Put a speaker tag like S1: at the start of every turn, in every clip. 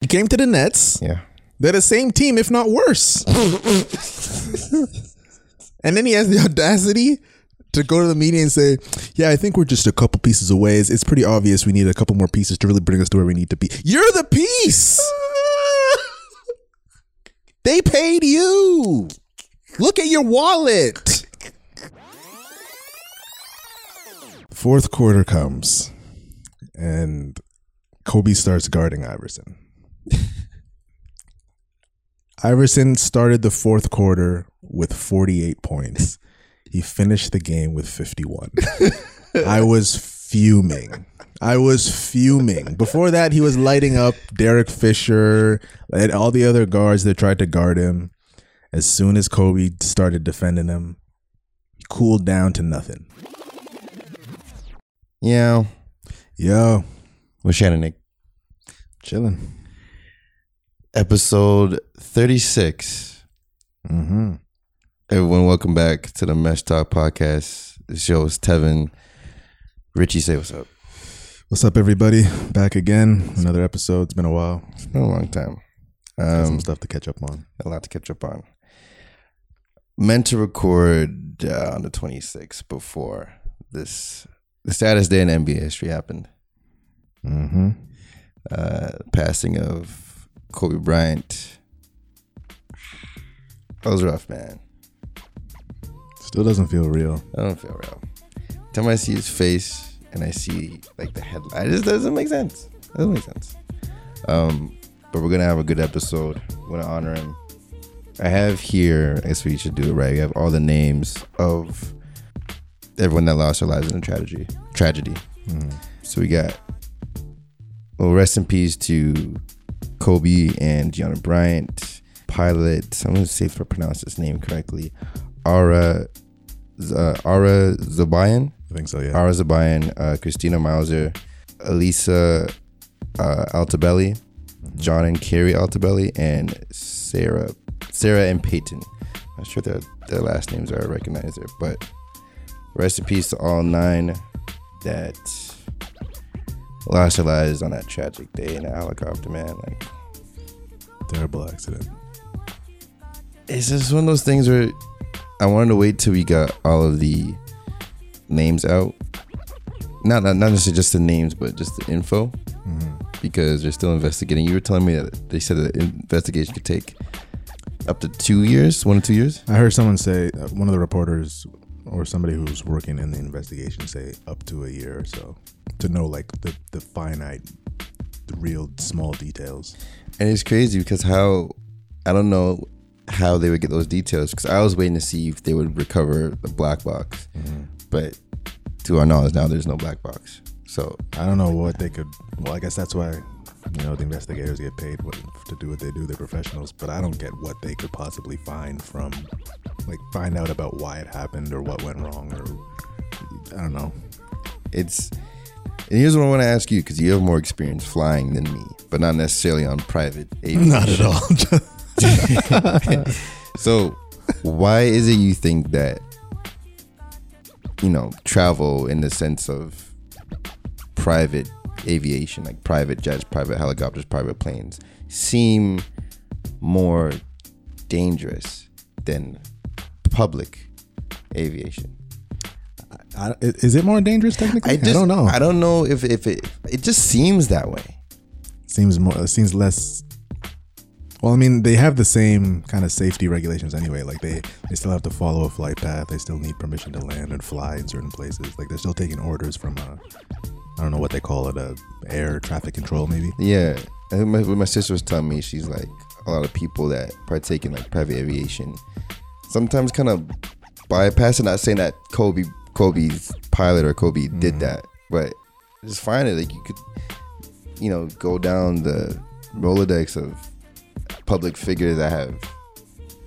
S1: You came to the Nets.
S2: Yeah.
S1: They're the same team, if not worse. and then he has the audacity to go to the media and say, "Yeah, I think we're just a couple pieces away. It's, it's pretty obvious we need a couple more pieces to really bring us to where we need to be." You're the piece. they paid you. Look at your wallet. Fourth quarter comes, and Kobe starts guarding Iverson. Iverson started the fourth quarter with 48 points. He finished the game with 51. I was fuming. I was fuming. Before that, he was lighting up Derek Fisher and all the other guards that tried to guard him. As soon as Kobe started defending him, he cooled down to nothing.
S2: Yeah.
S1: Yo,
S2: With Shannon Nick.
S1: chilling.
S2: Episode 36.
S1: Mm-hmm.
S2: Everyone, welcome back to the Mesh Talk Podcast. The show is Tevin. Richie, say what's up.
S1: What's up, everybody? Back again. Another episode. It's been a while.
S2: It's been a long time.
S1: Got
S2: Um,
S1: some stuff to catch up on.
S2: a lot to catch up on. Meant to record uh, on the 26th before this, the saddest day in NBA history happened.
S1: Mm-hmm.
S2: uh, passing of Kobe Bryant. That was rough, man.
S1: Still doesn't feel real.
S2: I don't feel real. Time I see his face and I see like the headline, it just doesn't make sense. It doesn't make sense. Um, but we're gonna have a good episode. We're gonna honor him. I have here. I guess we should do it right. We have all the names of everyone that lost their lives in a tragedy. Tragedy. So we got. Well, rest in peace to Kobe and Gianna Bryant. Pilot. I'm gonna see if I pronounce his name correctly. Ara. Z- Uh, Ara Zabayan.
S1: I think so, yeah.
S2: Ara Zabayan, uh, Christina Mauser, Elisa uh, Altabelli, John and Carrie Altabelli, and Sarah Sarah and Peyton. I'm sure their, their last names are recognized there, but rest in peace to all nine that lost their lives on that tragic day in a helicopter, man. Like
S1: Terrible accident.
S2: it's just one of those things where I wanted to wait till we got all of the names out. Not not, not necessarily just the names, but just the info,
S1: Mm-hmm.
S2: because they're still investigating. You were telling me that they said the investigation could take up to two years, one or two years.
S1: I heard someone say, uh, one of the reporters or somebody who's working in the investigation say up to a year or so to know like the, the finite, the real small details.
S2: And it's crazy because how I don't know how they would get those details because I was waiting to see if they would recover the black box, but to our knowledge now there's no black box. So
S1: I don't know what they could, well, I guess that's why, you know, the investigators get paid what, to do what they do. They're professionals, but I don't get what they could possibly find from, like, find out about why it happened or what went wrong or, I don't know.
S2: it's and here's what I want to ask you because you have more experience flying than me, but not necessarily on private aviation.
S1: at all.
S2: So, why is it you think that you know travel in the sense of private aviation, like private jets, private helicopters, private planes, seem more dangerous than public aviation?
S1: I, is it more dangerous technically? I,
S2: just,
S1: don't know.
S2: I don't know if if it it just seems that way.
S1: seems more. It seems less. Well, I mean, they have the same kind of safety regulations anyway. Like they, they still have to follow a flight path. They still need permission to land and fly in certain places. Like they're still taking orders from a, I don't know what they call it, a air traffic control maybe.
S2: Yeah, I think my, what my sister was telling me, she's like a lot of people that partake in like private aviation sometimes kind of bypass it. Not saying that Kobe, Kobe's pilot or Kobe did that, but just find it like you could, you know, go down the rolodex of public figures that have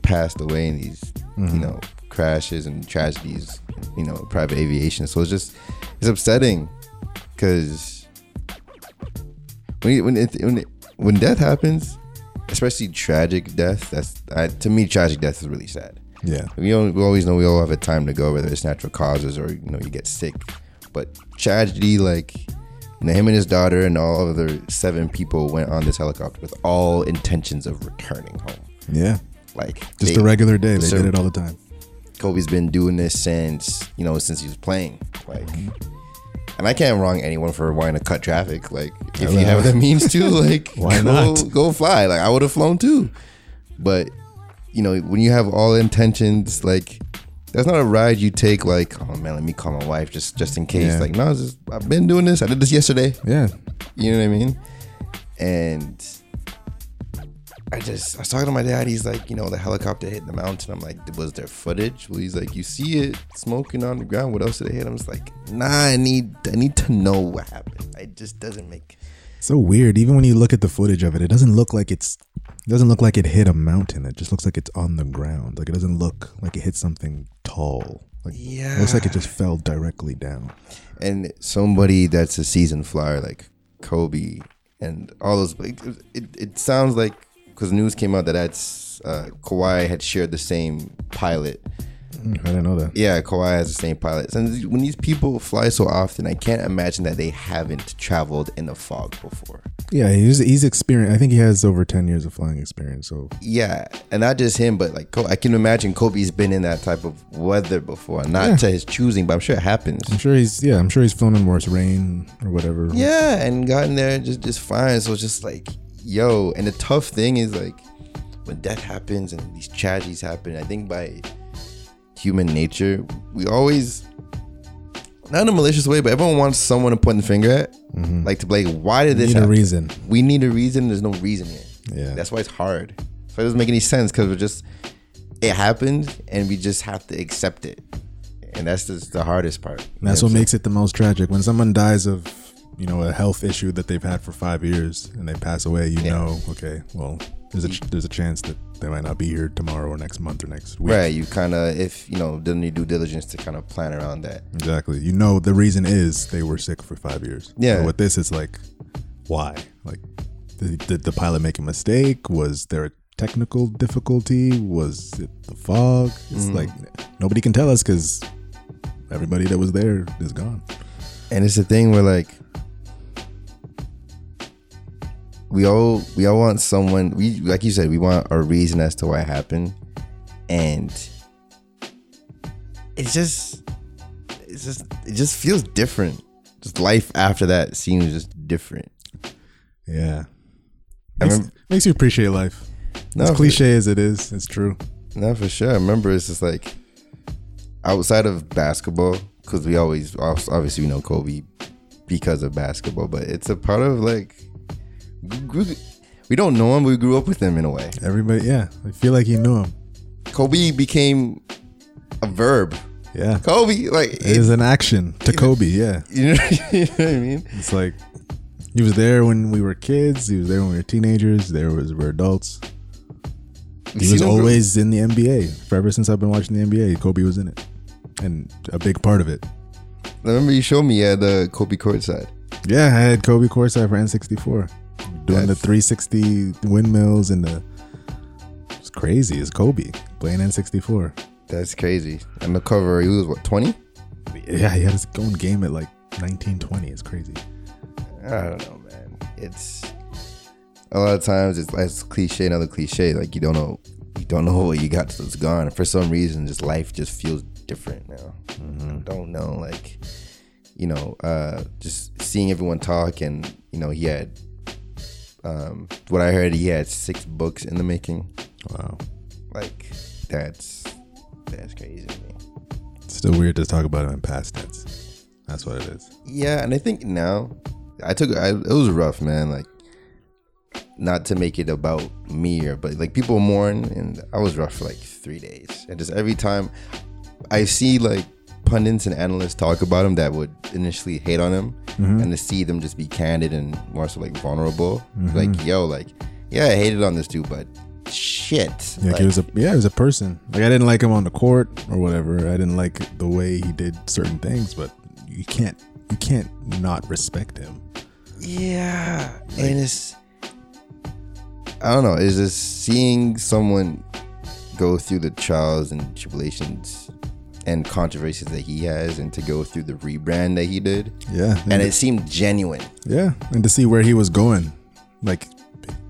S2: passed away in these, you know, crashes and tragedies, you know, private aviation. So it's just it's upsetting because when you- when it, when it, when death happens, especially tragic death, that's I, to me tragic death is really sad.
S1: Yeah.
S2: We don't, we always know we all have a time to go, whether it's natural causes or you know you get sick, but tragedy like And him and his daughter and all other seven people went on this helicopter with all intentions of returning home.
S1: Yeah.
S2: Like
S1: Just
S2: they-
S1: a regular day. They
S2: so-
S1: did it all the time.
S2: Kobe's been doing this since you know since he was playing. Like, and I can't wrong anyone for wanting to cut traffic. Like, if you have the means to, like,
S1: Why
S2: go,
S1: not?
S2: Go fly. Like, I would have flown too, but you know when you have all intentions, like. That's not a ride you take. Like, oh man, let me call my wife just just in case.
S1: Yeah.
S2: Like, no, it's just, I've been doing this. I did this yesterday.
S1: Yeah.
S2: You know what I mean? And I just I was talking to my dad. He's like, you know, the helicopter hit the mountain. I'm like, was there footage? Well, he's like, you see it smoking on the ground. What else did it hit? I'm just like, nah. I need I need to know what happened. It just doesn't make.
S1: So weird. Even when you look at the footage of it, it doesn't look like it's it doesn't look like it hit a mountain. It just looks like it's on the ground. Like it doesn't look like it hit something tall. Like it looks like it just fell directly down.
S2: And somebody that's a season flyer like Kobe and all those. It it, it sounds like because news came out that that's uh, Kawhi had shared the same pilot.
S1: Mm, I didn't know that.
S2: Yeah, Kawhi has the same pilots. And when these people fly so often, I can't imagine that they haven't traveled in the fog before.
S1: Yeah, he's he's experienced. I think he has over ten years of flying experience. So
S2: Yeah, and not just him, but like Ko- I can imagine Kobe's been in that type of weather before. Not to his choosing, but I'm sure it happens.
S1: I'm sure he's yeah. I'm sure he's flown in worse rain or whatever.
S2: Yeah, and gotten there just just fine. So it's just like, yo. And the tough thing is like when death happens and these tragedies happen. I think by human nature, we always not in a malicious way, but everyone wants someone to point the finger at, like to be like, why did this?
S1: Mm-hmm. need a
S2: happen?
S1: reason.
S2: We need a reason. There's no reason here.
S1: Yeah.
S2: that's why it's hard. So it doesn't make any sense because we're just it happened and we just have to accept it. And that's just the hardest part.
S1: And that's what makes it the most tragic. When someone dies of, you know, a health issue that they've had for five years and they pass away, you know, okay, well, there's a ch- there's a chance that they might not be here tomorrow or next month or next week.
S2: Right, you kind of if you know didn't do due diligence to kind of plan around that.
S1: Exactly. You know, the reason is they were sick for five years.
S2: Yeah.
S1: So with this, it's like, why? Like, did, did the pilot make a mistake? Was there a technical difficulty? Was it the fog? It's
S2: Mm.
S1: like nobody can tell us because everybody that was there is gone.
S2: And it's the thing where like we all we all want someone we like you said we want a reason as to why it happened, and it's just it's just it just feels different. Just life after that seems just different.
S1: Yeah.
S2: I
S1: Makes,
S2: remember-
S1: makes you appreciate life.
S2: No,
S1: as cliche as it is, it's true.
S2: No, for sure. I remember it's just like outside of basketball, because we always obviously we know Kobe because of basketball, but it's a part of like we- we don't know him, we grew up with him in a way.
S1: Everybody, yeah, I feel like you knew him.
S2: Kobe became a verb.
S1: Yeah,
S2: Kobe, like
S1: it is an action to Kobe. Yeah,
S2: you, know, you know what I mean?
S1: it's like he was there when we were kids. He was there when we were teenagers. There was we're adults. He was always in the NBA. Forever since I've been watching the NBA, Kobe was in it, and a big part of it.
S2: I remember you showed me at the Kobe court side.
S1: Yeah, I had Kobe Corsair for N64, doing the
S2: That's-
S1: 360 windmills and the. It's crazy. It's Kobe playing N64.
S2: That's crazy. And the cover, he was what twenty?
S1: Yeah, he had his own game at like 1920. It's crazy.
S2: I don't know, man. It's a lot of times it's, it's cliche, another cliche. Like you don't know, you don't know what you got till it's gone. For some reason, just life just feels different now. I don't know, like you know, uh, just seeing everyone talk, and you know, he had um, what I heard. He had six books in the making.
S1: Wow.
S2: Like that's that's crazy to me.
S1: It's still weird to talk about him in past tense. That's what it is.
S2: Yeah, and I think now I took I, it was rough, man. Like not to make it about me or but like people mourn and I was rough for like three days. And just every time I see like pundits and analysts talk about him that would initially hate on him and to see them just be candid and more so like vulnerable. Like, yo, like, yeah, I hated on this dude, but shit.
S1: Yeah,
S2: like,
S1: he was a yeah, he was a person. Like I didn't like him on the court or whatever. I didn't like the way he did certain things, but you can't you can't not respect him.
S2: Yeah, and it's I don't know. It's just seeing someone go through the trials and tribulations and controversies that he has, and to go through the rebrand that he did,
S1: Yeah.
S2: and it seemed genuine.
S1: yeah. And to see where he was going. Like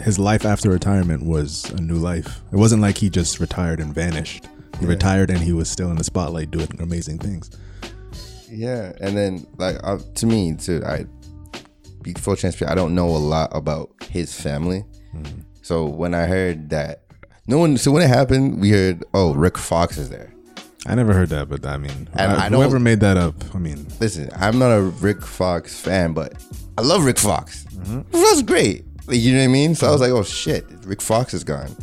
S1: his life after retirement was a new life. It wasn't like he just retired and vanished. He retired and he was still in the spotlight doing amazing things.
S2: Yeah, and then like uh, to me, too, I be full transparent. I don't know a lot about his family, so when I heard that, no one. So when it happened, we heard, oh, Rick Fox is there.
S1: I never heard that, but I mean,
S2: And
S1: I-
S2: I don't-
S1: whoever made that up, I mean,
S2: Listen, I'm not a Rick Fox fan, but I love Rick Fox. Rick Fox is great. Like, you know what I mean? So I was like, oh shit, Rick Fox is gone.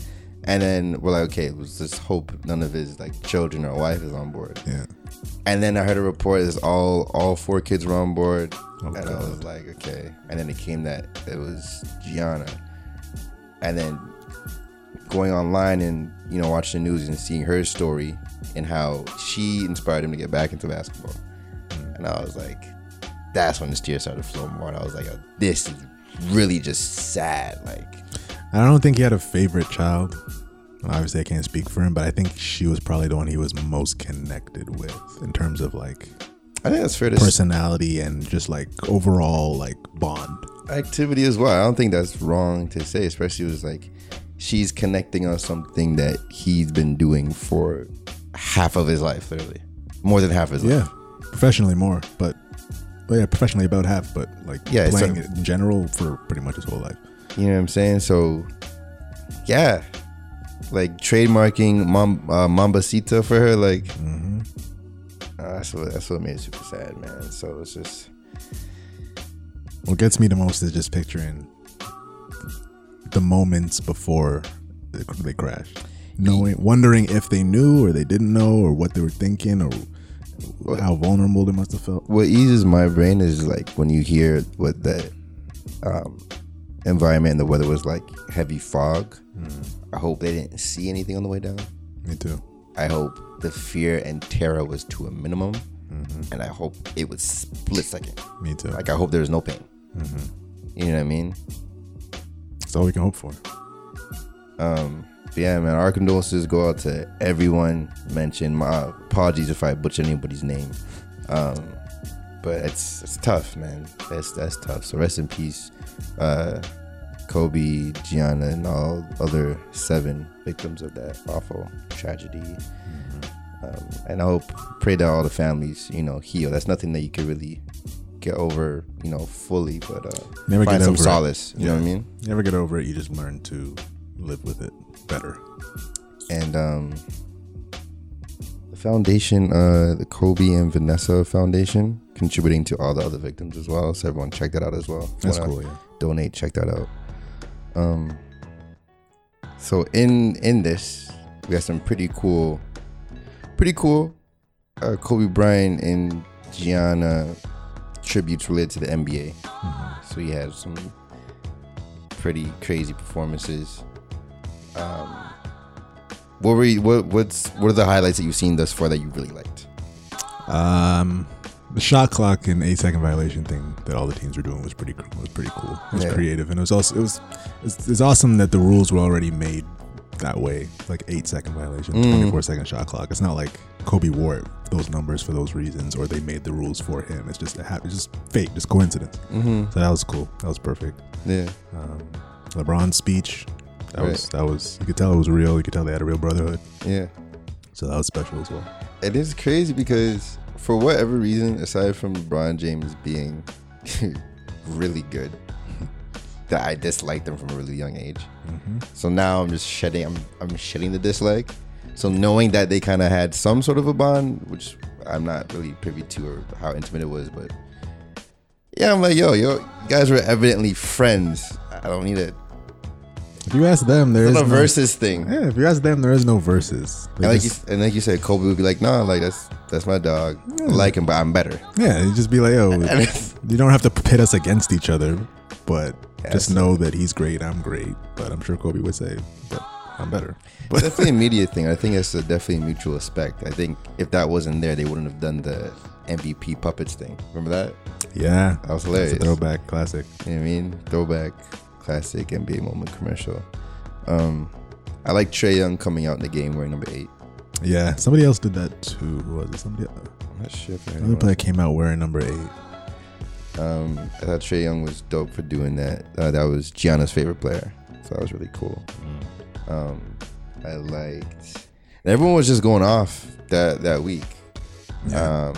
S2: And then we're like, okay, let's just hope none of his like children or wife is on board.
S1: yeah.
S2: And then I heard a report is all all four kids were on board, and I was like, okay. And then it came that it was Gianna, and then going online and you know watching the news and seeing her story and how she inspired him to get back into basketball, and I was like, that's when the tears started flowing more. And I was like, oh, this is really just sad. Like,
S1: I don't think he had a favorite child. Obviously, I can't speak for him, but I think she was probably the one he was most connected with in terms of like
S2: I think that's fair to say.
S1: personality and just like overall like bond.
S2: activity as well. I don't think that's wrong to say, especially was like she's connecting on something that he's been doing for half of his life, literally. More than half of his life.
S1: Yeah, professionally more, but well, yeah, professionally about half, but like
S2: Yeah, it's
S1: playing
S2: a-
S1: it in general for pretty much his whole life.
S2: You know what I'm saying? So yeah. Like trademarking Mam- uh, Mambasita for her, like uh, that's what that's what made it super sad, man. So it's just
S1: What gets me the most is just picturing the moments before they- they crashed, knowing, wondering if they knew or they didn't know or what they were thinking or how vulnerable they must have felt.
S2: what eases my brain is like when you hear what the um, environment and the weather was like heavy fog. I hope they didn't see anything on the way down.
S1: Me too.
S2: I hope the fear and terror was to a minimum, and I hope it was split second.
S1: Me too.
S2: Like I hope there was no pain. You know what I mean?
S1: That's all we can hope for.
S2: But yeah, man. Our condolences go out to everyone mentioned. My apologies if I butcher anybody's name. Um, but it's it's tough, man. That's that's tough. So rest in peace, uh, Kobe, Gianna, and all other seven victims of that awful tragedy.
S1: Mm-hmm.
S2: Um, and I hope, pray that all the families, you know, heal. That's nothing that you could really get over, you know, fully. But uh,
S1: Never
S2: find
S1: get
S2: some
S1: over it.
S2: solace. You know what I
S1: Yeah.
S2: mean?
S1: You never get over it. You just learn to live with it better.
S2: and um, the foundation, uh, the Kobe and Vanessa Foundation, contributing to all the other victims as well. So everyone check that out as well. If you
S1: That's
S2: wanna
S1: cool. Yeah.
S2: Donate, check that out. Um, so in in this, we got some pretty cool, pretty cool, uh, Kobe Bryant and Gianna tributes related to the NBA. So we had some pretty crazy performances. Um, what were you, what what's what are the highlights that you've seen thus far that you really liked?
S1: Um, the shot clock and eight second violation thing that all the teams were doing was pretty was pretty cool. It was
S2: Yeah.
S1: creative, and it was also it was it's, it's awesome that the rules were already made that way. Like eight second violation,
S2: Mm.
S1: twenty four second shot clock. It's not like Kobe wore it, those numbers for those reasons, or they made the rules for him. It's just it hap- it's just fate, just coincidence.
S2: Mm-hmm.
S1: So that was cool. That was perfect.
S2: Yeah,
S1: Um, LeBron's speech. That
S2: Right.
S1: was that was you could tell it was real. You could tell they had a real brotherhood.
S2: yeah.
S1: So that was special as well.
S2: It is crazy because for whatever reason, aside from LeBron James being really good, that I disliked him from a really young age. So now I'm just shedding. I'm I'm shedding the dislike. So knowing that they kind of had some sort of a bond, which I'm not really privy to or how intimate it was, but yeah, I'm like, yo, yo, you guys were evidently friends. I don't need it.
S1: If you ask them, there is
S2: It's a
S1: no-
S2: versus thing.
S1: Yeah, if you ask them, there is no verses. They
S2: And like, you,
S1: just-
S2: and like you said, Kobe would be like, nah, like that's that's my dog. I like him, but I'm better.
S1: yeah, you just be like, oh,
S2: And it's-
S1: you don't have to pit us against each other, but just
S2: Yes.
S1: know that he's great, I'm great. But I'm sure Kobe would say, but I'm better.
S2: It's definitely a media thing. I think it's a definitely mutual respect. I think if that wasn't there, they wouldn't have done the MVP puppets thing. Remember that?
S1: Yeah,
S2: That was
S1: it's
S2: hilarious.
S1: a throwback classic.
S2: You know what I mean? Throwback, classic NBA moment commercial. Um, I like Trey Young coming out in the game wearing number eight.
S1: Yeah, somebody else did that too. Who was it? Somebody else.
S2: I'm not sure. If I
S1: Another player came out wearing number eight.
S2: Um, I thought Trey Young was dope for doing that. Uh, that was Gianna's favorite player, so that was really cool. Um, I liked. and everyone was just going off that that week. Um,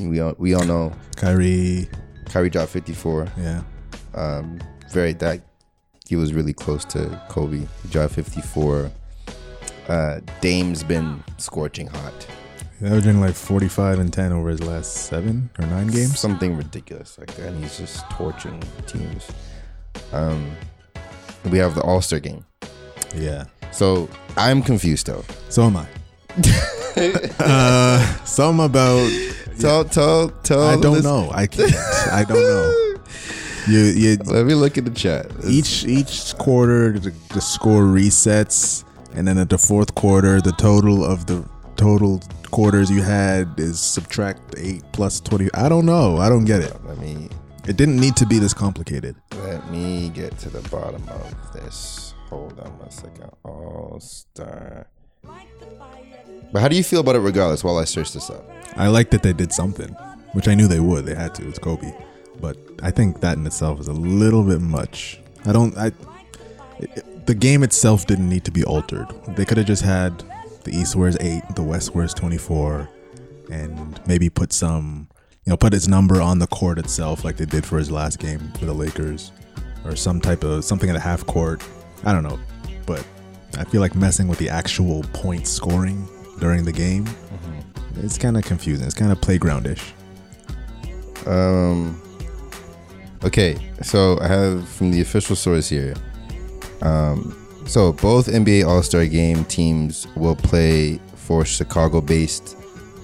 S2: we all we all know
S1: Kyrie.
S2: Kyrie dropped 54.
S1: Yeah.
S2: Um, very that he was really close to Kobe. He dropped 54. Uh, Dame's been scorching hot.
S1: They were doing like 45 and 10 over his last seven or nine games.
S2: Something ridiculous like that. And he's just torching teams. Um, we have the All Star game.
S1: Yeah.
S2: So I'm confused though.
S1: So am I. uh, some about.
S2: Tell, tell, tell.
S1: I
S2: the
S1: don't
S2: list-
S1: know. I can't. I don't know. You, you,
S2: Let me look at the chat.
S1: each each quarter the, the score resets and then at the fourth quarter the total of the total quarters you had is subtract 8 plus 20 i don't know i don't get it
S2: Let me,
S1: it didn't need to be this complicated
S2: let me get to the bottom of this. Hold on one second. All Star. But how do you feel about it, regardless? While I search this up,
S1: i like that they did something which i knew they would they had to it's kobe but i think that in itself is a little bit much i don't i it- it- the game itself didn't need to be altered they could have just had the east wears 8 the west wears 24 and maybe put some, you know, put his number on the court itself, like they did for his last game for the Lakers, or some type of something at a half court. I don't know, but I feel like messing with the actual point scoring during the game, it's kind of confusing. It's kind of playgroundish.
S2: um, okay. So I have from the official source here. Um, so both NBA All Star Game teams will play for Chicago-based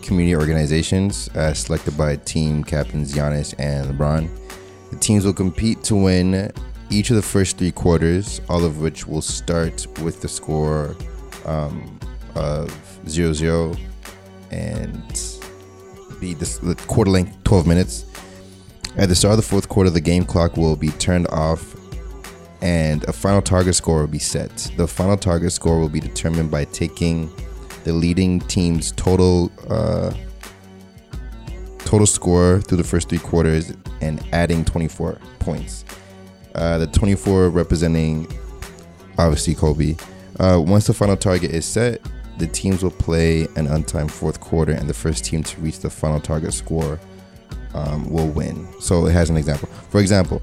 S2: community organizations uh, selected by team captains Giannis and LeBron. The teams will compete to win each of the first three quarters, all of which will start with the score um, of 0 0 and be this, the quarter length 12 minutes. At the start of the fourth quarter, the game clock will be turned off and a final target score will be set. The final target score will be determined by taking the leading team's total uh, total score through the first three quarters and adding 24 points. Uh, the 24 representing obviously Kobe. Uh, once the final target is set, the teams will play an untimed fourth quarter, and the first team to reach the final target score um, will win. So it has an example. For example,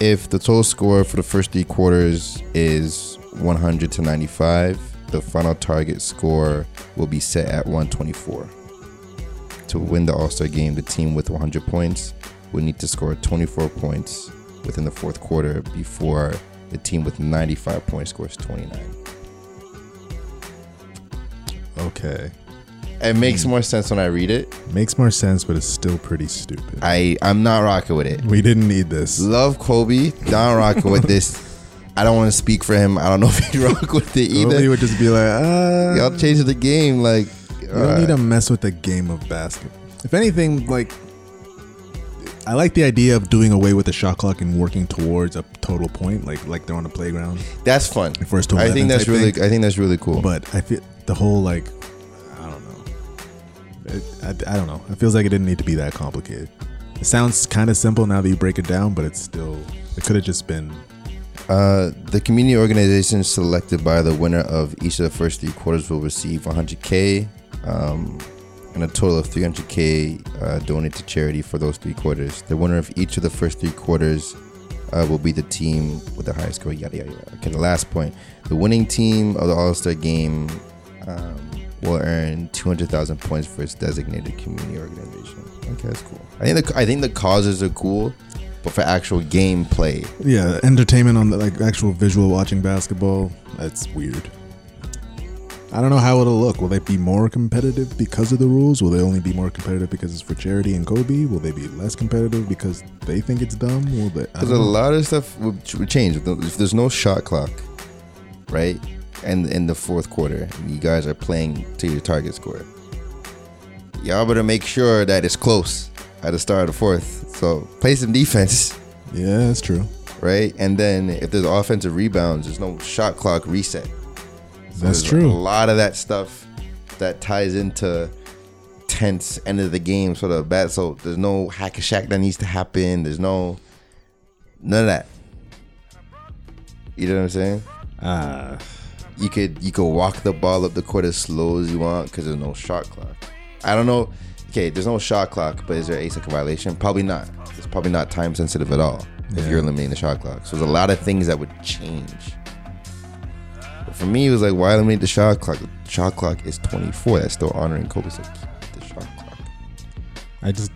S2: if the total score for the first three quarters is 100 to 95, the final target score will be set at 124. To win the All Star game, the team with 100 points would need to score 24 points within the fourth quarter before the team with 95 points scores 29.
S1: Okay,
S2: It makes more sense when I read it.
S1: makes more sense, but it's still pretty stupid.
S2: I I'm not rocking with it.
S1: we didn't need this.
S2: Love Kobe, not rocking with this. I don't want to speak for him. I don't know if he rock with it either.
S1: Nobody would just be like, ah,
S2: Y'all changed the game, like
S1: You don't need to
S2: uh,
S1: mess with the game of basketball. If anything, like I like the idea of doing away with the shot clock and working towards a total point, like like they're on a playground.
S2: that's fun.
S1: First to
S2: I
S1: 11
S2: think that's
S1: type
S2: really,
S1: thing.
S2: I think that's really cool.
S1: But I feel the whole like I don't know. It, I, I don't know. It feels like it didn't need to be that complicated. It sounds kind of simple now that you break it down, but it's still it could have just been
S2: Uh, the community organizations selected by the winner of each of the first three quarters will receive 100k, um, and a total of 300k uh, donated to charity for those three quarters. The winner of each of the first three quarters uh, will be the team with the highest score. Yada yada yada. Okay, the last point: the winning team of the All Star game um, will earn 200,000 points for its designated community organization. Okay, that's cool. I think the I think the causes are cool, but for actual gameplay.
S1: yeah entertainment on the like actual visual watching basketball. That's weird. I don't know how it'll look. Will they be more competitive because of the rules? Will they only be more competitive because it's for charity and Kobe? Will they be less competitive because they think it's dumb? Will they? I don't
S2: Because a
S1: know.
S2: lot of stuff would ch- would change if the- if there's no shot clock, right? And in the fourth quarter, you guys are playing to your target score. Y'all better make sure that it's close at the start of the fourth. So play some defense,
S1: Yeah, that's true.
S2: right? And then if there's offensive rebounds, there's no shot clock reset.
S1: That's
S2: there's
S1: true.
S2: A lot of that stuff that ties into tense end of the game sort of bad. So there's no hack a shack that needs to happen. There's no none of that. You know what I'm saying?
S3: Uh,
S2: You could you could walk the ball up the court as slow as you want because there's no shot clock. I don't know. Okay, there's no shot clock, but is there a second violation? Probably not. It's probably not time sensitive at all if you're eliminating the shot clock. So there's a lot of things that would change. But for me, it was like, why eliminate the shot clock? The shot clock is 24. That's still honoring Kobe. So keep the shot clock.
S1: I just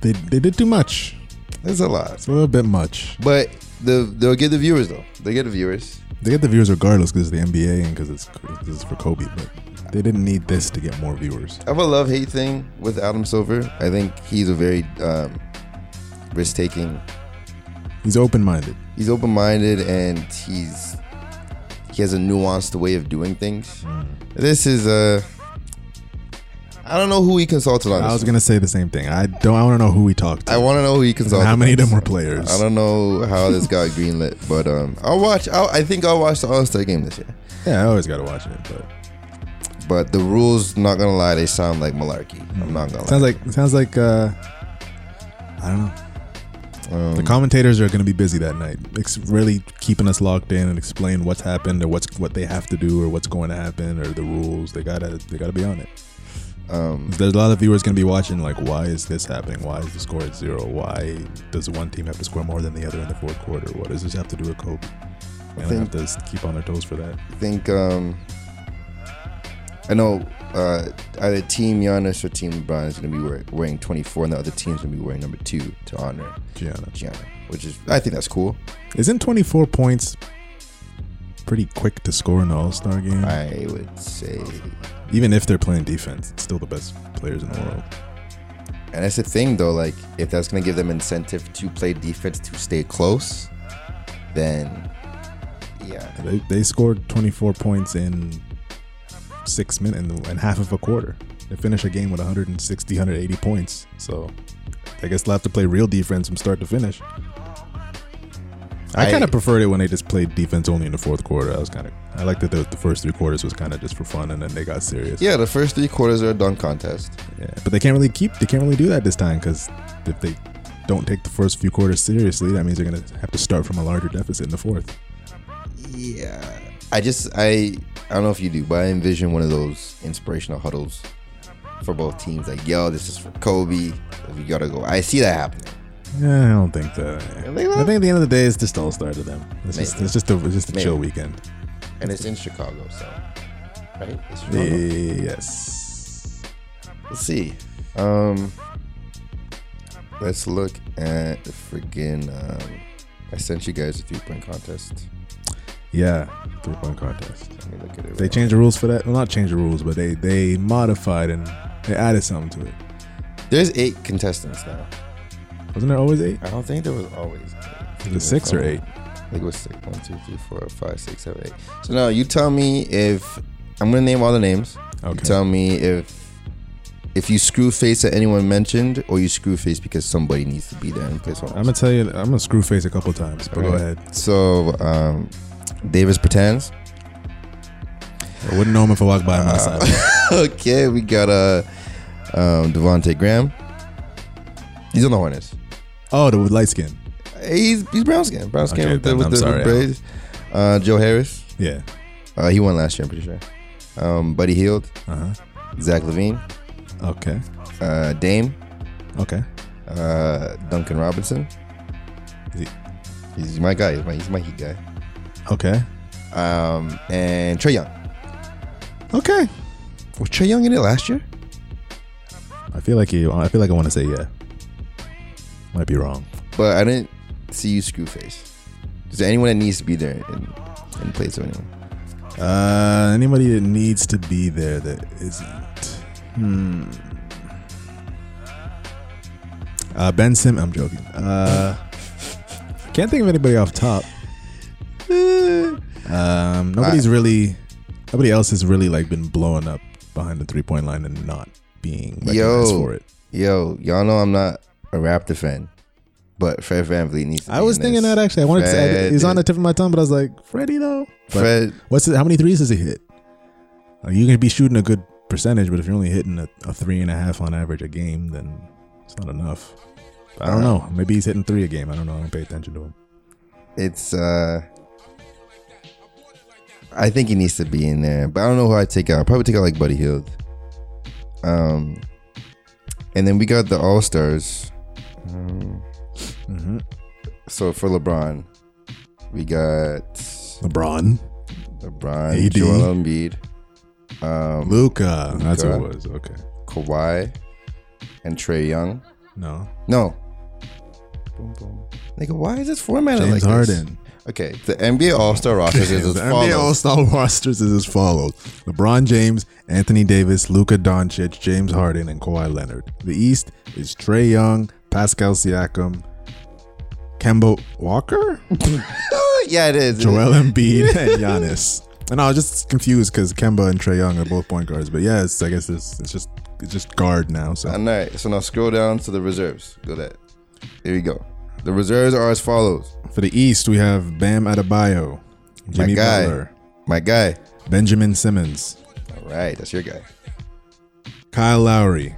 S1: they they did too much.
S2: That's a lot.
S1: It's a little bit much.
S2: But the they'll get the viewers though. They get the viewers.
S1: They get the viewers regardless because it's the NBA and because it's this is for Kobe, but they didn't need this to get more viewers.
S2: I have a love hate thing with Adam Silver. I think he's a very um, risk taking.
S1: He's open minded.
S2: He's open minded and he's he has a nuanced way of doing things.
S1: Mm.
S2: This is a. I don't know who he consulted on.
S1: I
S2: this
S1: was
S2: one.
S1: gonna say the same thing. I don't. I want to know who we talked to.
S2: I want to know who he consulted.
S1: how many
S2: on
S1: of them
S2: this
S1: were
S2: one.
S1: players?
S2: I don't know how this got greenlit, but um, I'll watch. I'll, I think I'll watch the All Star game this year.
S1: yeah, I always gotta watch it, but
S2: But the rules, not gonna lie, they sound like malarkey. I'm not gonna lie.
S1: Mm. sounds like sounds like uh, I don't know.
S2: Um,
S1: The commentators are going to be busy that night. It's really keeping us locked in and explain what's happened or what's what they have to do or what's going to happen or the rules. They gotta they gotta be on it.
S2: um,
S1: There's a lot of viewers going to be watching like, why is this happening? Why is the score at zero? Why does one team have to score more than the other in the fourth quarter? What does this have to do with Kobe? And I have
S2: think-
S1: to s- keep on their toes for that.
S2: I think um, I know uh, either Team Giannis or Team LeBron is gonna be wear- wearing 24, and the other team's gonna be wearing number two to honor
S1: Gianna,
S2: Gianna, which is I think that's cool.
S1: isn't 24 points pretty quick to score in the All Star game?
S2: I would say,
S1: Even if they're playing defense, it's still the best players in the world.
S2: and that's the thing though. Like if that's gonna give them incentive to play defense to stay close, then yeah,
S1: They, they scored 24 points in six minutes and and half of a quarter. They finished a game with 160, 180 points. So I guess they'll have to play real defense from start to finish. I,
S2: I-
S1: kind of preferred it when they just played defense only in the fourth quarter. I was kind of I liked that the, the first three quarters was kind of just for fun, and then they got serious.
S2: yeah. The first three quarters are a dunk contest.
S1: Yeah, but they can't really keep they can't really do that this time because if they don't take the first few quarters seriously, that means they're gonna have to start from a larger deficit in the fourth.
S2: Yeah. I just I I don't know if you do, but I envision one of those inspirational huddles for both teams. Like, yo, this is for Kobe. We gotta go. I see that happening.
S1: Yeah, I don't think that. I
S2: Really
S1: think
S2: not?
S1: at the end of the day, it's just all star to them. It's
S2: Maybe.
S1: just it's just a it's just a
S2: Maybe.
S1: chill weekend.
S2: And it's in Chicago, so right? It's Chicago.
S1: Yes.
S2: Let's see. Um let's look at the friggin' um I sent you guys a three point contest.
S1: Yeah, three point contest.
S2: Let me look at it.
S1: They changed the rules for that. Well, not change the rules, but they they modified and they added something to it.
S2: There's eight contestants now.
S1: Wasn't there always eight?
S2: I don't think there was always
S1: Was it six or eight?
S2: I think it was six. One, two, three, four, five, six, seven, eight. So now you tell me if I'm gonna name all the names. You
S1: Okay.
S2: tell me if if you screw face that anyone mentioned, or you screw face because somebody needs to be there in place.
S1: I'm gonna tell you, I'm gonna screw face a couple times, but go
S2: Alright.
S1: ahead.
S2: So um, Davis pretends.
S1: I wouldn't know him if I walked by him
S2: Uh,
S1: outside.
S2: okay, we got uh um, Devonte Graham. He's on the Hornets.
S1: oh, the light skin.
S2: He's he's brown skin, brown skin
S1: Okay,
S2: with the,
S1: then
S2: with
S1: I'm
S2: the
S1: sorry,
S2: braids. Uh, Joe Harris.
S1: Yeah.
S2: Uh, he won last year, I'm pretty sure. Um, Buddy Healed,
S1: Uh
S2: Zach Levine,
S1: huh. Okay.
S2: uh, Dame.
S1: Okay.
S2: uh, Duncan Robinson.
S1: Is he-
S2: He's my guy. He's my, he's my Heat guy.
S1: Okay.
S2: Um, and Trey Young.
S1: Okay.
S2: Was Trey Young in it last year?
S1: I feel like you. I feel like I want to say yeah. Might be wrong.
S2: But I didn't see you screw face. Is there anyone that needs to be there in, in place of anyone?
S1: Uh, anybody that needs to be there that isn't. Hmm. Uh, ben Sim. I'm joking. Uh, can't think of anybody off top. Um, nobody's really. Nobody else has really like been blowing up behind the three point line and not being recognized
S2: Yo.
S1: for it.
S2: Yo, y'all know I'm not a Raptor fan, but Fred Van Vliet needs to
S1: I
S2: be
S1: was
S2: in
S1: thinking
S2: this.
S1: that actually. I wanted to. say
S2: Fred
S1: He's on the
S2: is-
S1: tip of my tongue, but I was like, Freddie though. But
S2: Fred,
S1: What's it, how many threes has he hit? Like you can be shooting a good percentage, but if you're only hitting a, a three and a half on average a game, then it's not enough. I don't know. Maybe he's hitting three a game. I don't know. I don't pay attention to him.
S2: It's uh I think he needs to be in there, but I don't know who I take out. I'd probably take out like Buddy Hield. Um and then we got the All Stars. Um,
S1: Mhm.
S2: So for LeBron, we got
S1: LeBron,
S2: LeBron,
S1: AD.
S2: Joel Embiid, um,
S1: Luca. That's who it
S2: Luka.
S1: was. Okay.
S2: Kawhi, and Trey Young.
S1: No,
S2: No. Boom, boom. Nigga, why is this formatted
S1: James
S2: like this?
S1: Harden.
S2: Okay, the NBA All Star rosters is
S1: The
S2: as
S1: NBA All
S2: follows.
S1: Star rosters is as follows: LeBron James, Anthony Davis, Luka Doncic, James Harden, and Kawhi Leonard. The East is Trey Young, Pascal Siakam, Kemba Walker,
S2: Oh, yeah, it is.
S1: Joel Embiid, and Giannis. And I was just confused because Kemba and Trey Young are both point guards, but yeah, it's, I guess it's, it's just it's just guard now. So
S2: All right, so now scroll down to the reserves. Go that. There you go. The reserves are as follows.
S1: for the East, we have Bam Adebayo, Jimmy
S2: guy.
S1: Butler,
S2: My guy.
S1: Benjamin Simmons,
S2: All right, that's your guy.
S1: Kyle Lowry,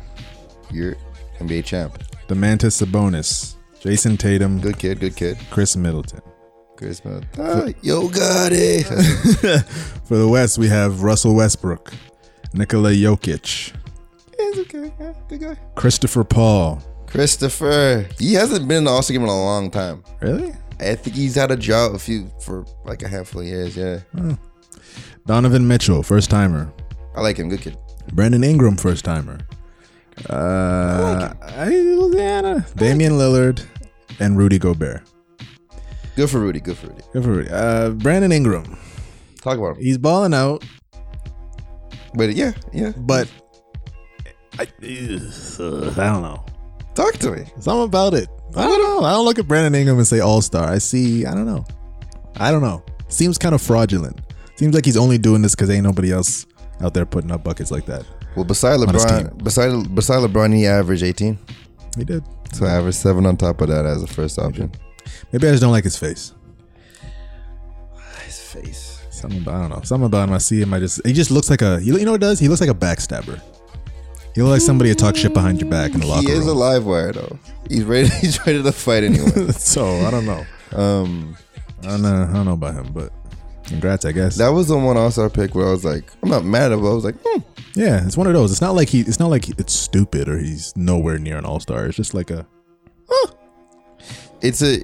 S2: You're NBA champ.
S1: Demantis Sabonis, Jason Tatum,
S2: Good kid. Good kid.
S1: Chris Middleton.
S2: Chris Middleton. Ah, yo, got it. That's-
S1: For the West, we have Russell Westbrook, Nikola Jokic,
S2: it's okay. Yeah, good guy.
S1: Christopher Paul.
S2: Christopher. He hasn't been in the All Star game in a long time.
S1: Really?
S2: I think he's had a drought a few for like a handful of years. Yeah,
S1: Donovan Mitchell, first timer.
S2: I like him. Good kid.
S1: Brandon Ingram, first timer. Uh, I Louisiana. Damian Lillard and Rudy Gobert.
S2: Good for Rudy. Good for Rudy.
S1: Good for Rudy. Uh, Brandon Ingram.
S2: Talk about him.
S1: He's balling out,
S2: But yeah, yeah.
S1: but I, I don't know.
S2: Talk to me.
S1: Something about it. I don't know. I don't look at Brandon Ingram and say All Star. I see. I don't know. I don't know. Seems kind of fraudulent. Seems like he's only doing this because ain't nobody else out there putting up buckets like that.
S2: Well, beside
S1: his
S2: LeBron, beside beside LeBron, he averaged 18.
S1: He did.
S2: So I average seven on top of that as a first option.
S1: Maybe I just don't like his face.
S2: His face.
S1: Something about, I don't know. Something about him. I see him. I just he just looks like a. You know what it does? He looks like a backstabber. He looks like somebody who talks shit behind your back in the locker
S2: He is a
S1: room.
S2: live wire though. He's ready. He's ready to fight anyone.
S1: so I don't know.
S2: um,
S1: I don't know. I don't know about him, but congrats, I guess.
S2: that was the one All Star pick where I was like, I'm not mad about. it. I was like, hmm.
S1: yeah, it's one of those. It's not like he. It's not like he- it's stupid or he's nowhere near an all star. It's just like a.
S2: it's a.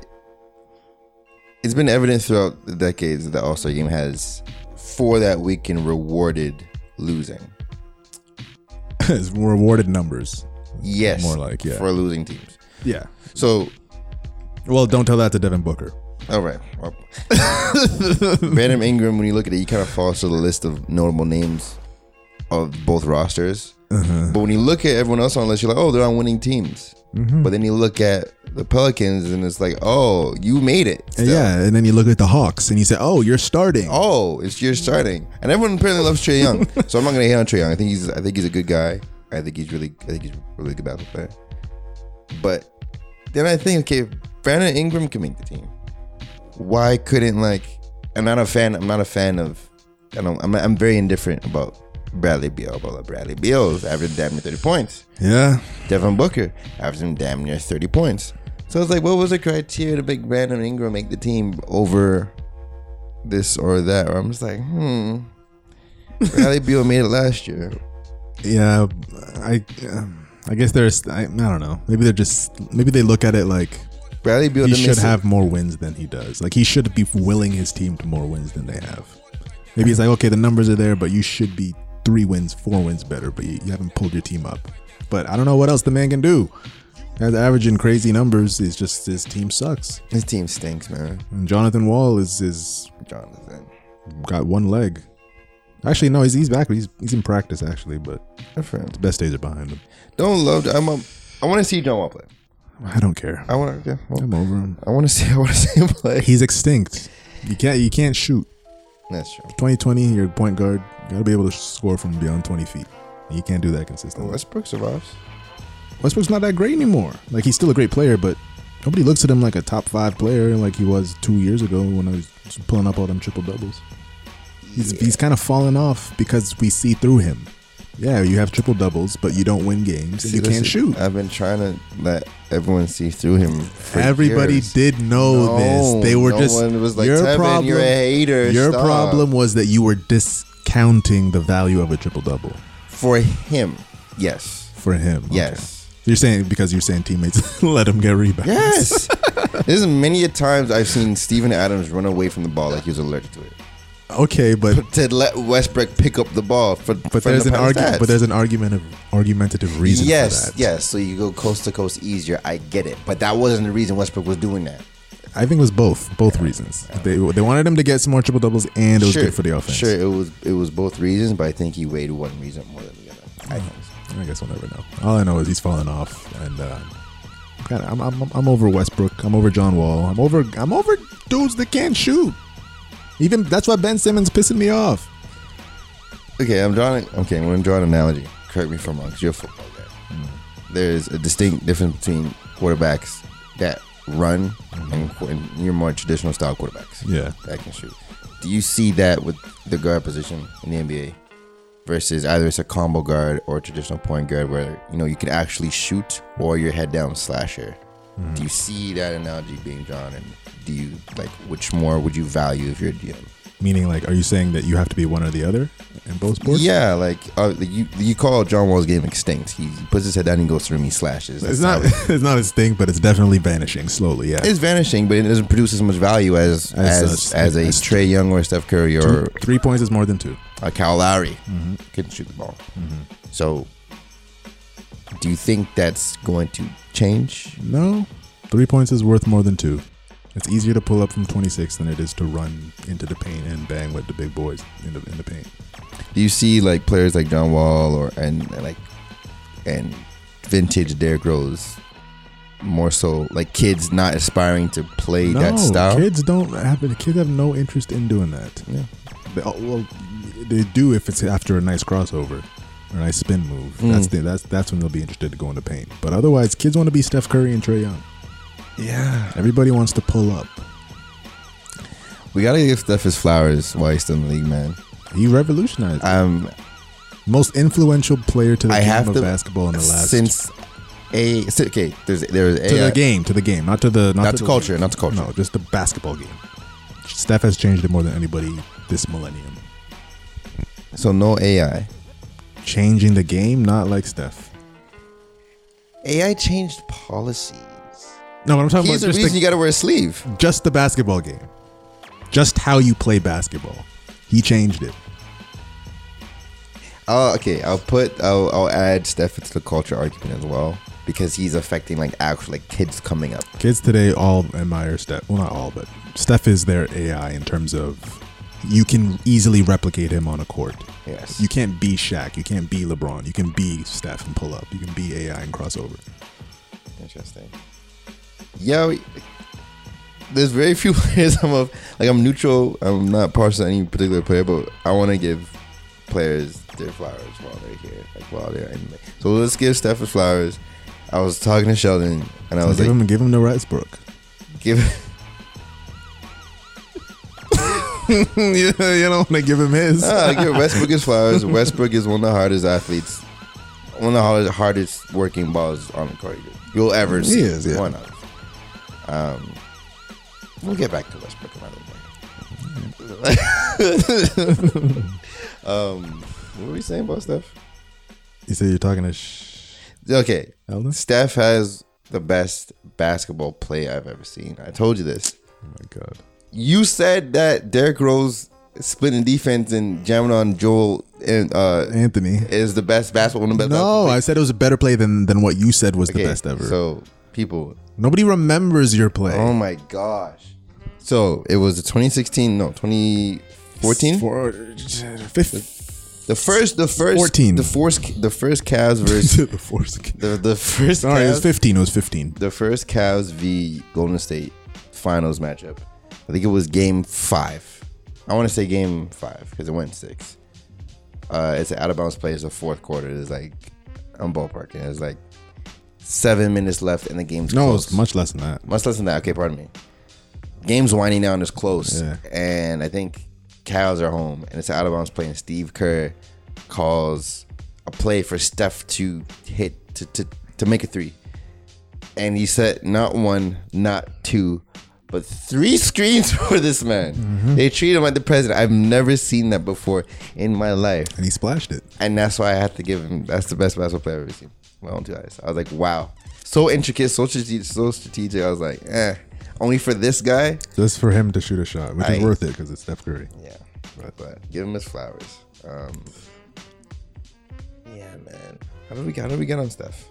S2: It's been evident throughout the decades that the All Star game has, for that weekend, rewarded losing.
S1: it's rewarded numbers.
S2: Yes,
S1: More like, yeah.
S2: for losing teams.
S1: Yeah.
S2: So
S1: Well, don't tell that to Devin Booker.
S2: All right. Well, Brandon Ingram, when you look at it, he kind of falls to the list of notable names of both rosters. But when you look at everyone else on the list, you're like, oh, they're on winning teams. But then you look at the Pelicans and it's like, oh, you made it.
S1: And
S2: still.
S1: yeah, and then you look at the Hawks and you say, "Oh, you're starting."
S2: Oh, it's you're starting. And everyone apparently loves Trey Young. so I'm not gonna hate on Trey Young. I think he's I think he's a good guy. I think he's really I think he's a really good basketball player. But then I think, okay, if Brandon Ingram can make the team. Why couldn't like I'm not a fan I'm not a fan of I don't I'm I'm very indifferent about Bradley Beal, about Bradley Beal's averaging damn near thirty points.
S1: Yeah.
S2: Devin Booker averaging damn near 30 points. So it's like, what was the criteria to make Brandon Ingram make the team over this or that? Or I'm just like, hmm. Bradley Beal made it last year.
S1: Yeah. I. Um, I guess there's. I, I don't know. Maybe they're just. Maybe they look at it like
S2: Bradley Beal
S1: he
S2: didn't
S1: should
S2: miss it.
S1: have more wins than he does. Like he should be willing his team to more wins than they have. Maybe it's like, okay, the numbers are there, but you should be three wins, four wins better, but you, you haven't pulled your team up. But I don't know what else the man can do. As averaging crazy numbers, it's just his team sucks.
S2: His team stinks, man.
S1: And Jonathan Wall is is
S2: Jonathan.
S1: got one leg. Actually, no, he's he's back. He's he's in practice actually, but
S2: Good for him.
S1: best days are behind him.
S2: Don't love. I'm a, I want to see John Wall play.
S1: I don't care.
S2: I want to. Yeah, well,
S1: I'm over him.
S2: I want to see. I want to see him play.
S1: He's extinct. You can't you can't shoot.
S2: That's true.
S1: 2020, your point guard you gotta be able to score from beyond 20 feet. And you can't do that consistently.
S2: Westbrook survives.
S1: Westbrook's not that great anymore. Like he's still a great player, but nobody looks at him like a top five player like he was two years ago when I was pulling up all them triple doubles. He's he's kind of fallen off because we see through him. Yeah, you have triple doubles, but you don't win games. and
S2: See,
S1: you
S2: listen,
S1: can't shoot.
S2: I've been trying to let everyone see through him. For
S1: Everybody
S2: years.
S1: did know
S2: No,
S1: this. They were
S2: no
S1: just
S2: one was like,
S1: your
S2: "Tevin,
S1: problem.
S2: you're a hater,
S1: your
S2: stop."
S1: problem was that you were discounting the value of a triple double
S2: for him. Yes,
S1: for him. Okay.
S2: yes,
S1: You're saying because you're saying teammates let him get rebounds.
S2: yes. There's many a times I've seen Steven Adams run away from the ball like he was allergic to it.
S1: Okay, but
S2: But to let Westbrook pick up the ball for
S1: but
S2: for
S1: there's
S2: the
S1: an
S2: past
S1: argument.
S2: stats.
S1: But there's an argument of argumentative reason.
S2: yes,
S1: for that.
S2: yes. So you go coast to coast easier. I get it, but that wasn't the reason Westbrook was doing that.
S1: I think it was both both reasons. They they wanted him to get some more triple doubles, and it was good for the offense.
S2: Sure, it was it was both reasons, but I think he weighed one reason more than the other.
S1: Mm.
S2: I think so.
S1: I guess we'll never know. All I know is he's fallen off, and uh, kind of I'm, I'm I'm over Westbrook. I'm over John Wall. I'm over I'm over dudes that can't shoot. Even that's why Ben Simmons pissing me off.
S2: Okay, I'm drawing. Okay, I'm going to draw an analogy. Correct me if I'm wrong. you you're a football guy. There's a distinct difference between quarterbacks that run and, qu- and your more traditional style quarterbacks
S1: Yeah,
S2: that can shoot. Do you see that with the guard position in the NBA versus either it's a combo guard or a traditional point guard where you know you can actually shoot or your head down slasher? Do you see that analogy being drawn? And do you like which more would you value if you're a DM?
S1: meaning like, are you saying that you have to be one or the other in both sports?
S2: Yeah, like uh, you you call John Wall's game extinct. He puts his head down, he goes through, and he slashes.
S1: it's
S2: That's
S1: not
S2: how-
S1: it's not his thing, but it's definitely vanishing slowly. Yeah,
S2: It's vanishing, but it doesn't produce as much value as
S1: As
S2: as as,
S1: such,
S2: a
S1: as-
S2: Trey Young or Steph Curry or
S1: three points is more than two.
S2: a Kyle Lowry
S1: Mm-hmm.
S2: couldn't shoot the ball. So, do you think that's going to change?
S1: No, three points is worth more than two. It's easier to pull up from 26 than it is to run into the paint and bang with the big boys in the in the paint.
S2: Do you see like players like John Wall or and, and like and vintage Derrick Rose more so like kids not aspiring to play that style?
S1: Kids don't have kids have no interest in doing that.
S2: Yeah.
S1: They, oh, well, they do if it's after a nice crossover or a nice spin move. That's the, that's that's when they'll be interested to go in the paint. But otherwise, kids want to be Steph Curry and Trey Young.
S2: Yeah,
S1: Everybody wants to pull up.
S2: we gotta give Steph his flowers while he's still in the league, man.
S1: He revolutionized it.
S2: Um,
S1: most influential player to the
S2: I
S1: game
S2: have
S1: of
S2: to
S1: basketball in the last
S2: since a si- okay. There's there's
S1: to
S2: a
S1: the game to the game, not to the not,
S2: Not
S1: to
S2: to
S1: the
S2: culture,
S1: league.
S2: not to culture.
S1: No, just the basketball game. Steph has changed it more than anybody this millennium.
S2: so no AI.
S1: Changing the game, not like Steph.
S2: AI changed policies.
S1: No, what I'm talking
S2: Here's the
S1: about just
S2: reason
S1: the
S2: you gotta wear a sleeve.
S1: just the basketball game, just how you play basketball. He changed it.
S2: Oh, okay. I'll put. I'll, I'll add Steph to the culture argument as well because he's affecting like actual like kids coming up.
S1: Kids today all admire Steph. Well, not all, but Steph is their AI in terms of you can easily replicate him on a court.
S2: Yes.
S1: You can't be Shaq. You can't be LeBron. You can be Steph and pull up. You can be AI and crossover.
S2: Interesting. Yeah. We, there's very few players I'm of. Like I'm neutral. I'm not partial to any particular player, but I want to give players their flowers while they're here, like while they're in. the- So let's give Steph his flowers. I was talking to Sheldon, and I was
S1: give
S2: like,
S1: him give him the Westbrook.
S2: give.
S1: you don't want to give him his.
S2: Ah, give Westbrook his flowers. Westbrook is one of the hardest athletes, one of the hardest, hardest working balls on the court you'll ever
S1: He
S2: see.
S1: is, yeah.
S2: One of. them. Um, we'll get back to Westbrook another day. um, what were we saying about Steph?
S1: You said you're talking to Sh-
S2: Okay,
S1: Eldon?
S2: Steph has the best basketball play I've ever seen. I told you this.
S1: Oh my god.
S2: You said that Derrick Rose splitting defense and jamming on Joel and uh,
S1: Anthony.
S2: is the best basketball. One of the best
S1: No,
S2: basketball
S1: I said it was a better play than than what you said was the
S2: Uh, Okay,
S1: best ever.
S2: So people,
S1: Nobody remembers your play.
S2: oh my gosh. So it was the 2016, no, 2014.
S1: Four- fif-
S2: The first, the first,
S1: 14.
S2: the first, the first Cavs versus
S1: the four second-
S2: the the first
S1: Sorry, it was
S2: Cavs-
S1: 15. It was 15.
S2: the first Cavs v Golden State finals matchup. I think it was game five. I want to say game five because it went six. Uh, it's an out of bounds play. It's the fourth quarter. It's like I'm ballparking. It's like seven minutes left and the game's
S1: No, it
S2: close.
S1: was much less than that.
S2: Much less than that. Okay, pardon me. Game's winding down. It's close,
S1: Yeah.
S2: and I think Cows are home, and it's out of bounds play. And Steve Kerr calls a play for Steph to hit to to, to make a three, and he set not one, not two, but three screens for this man. They treat him like the president. I've never seen that before in my life
S1: and he splashed it.
S2: and that's why I have to give him. That's the best basketball player I've ever seen. My own two eyes. I was like, wow, so intricate, so strategic, so strategic. I was like, eh, only for this guy.
S1: Just for him to shoot a shot, which is
S2: I-
S1: worth it because it's Steph Curry.
S2: Yeah, but, but give him his flowers. Um, yeah, man. How did we get? How did we get on stuff?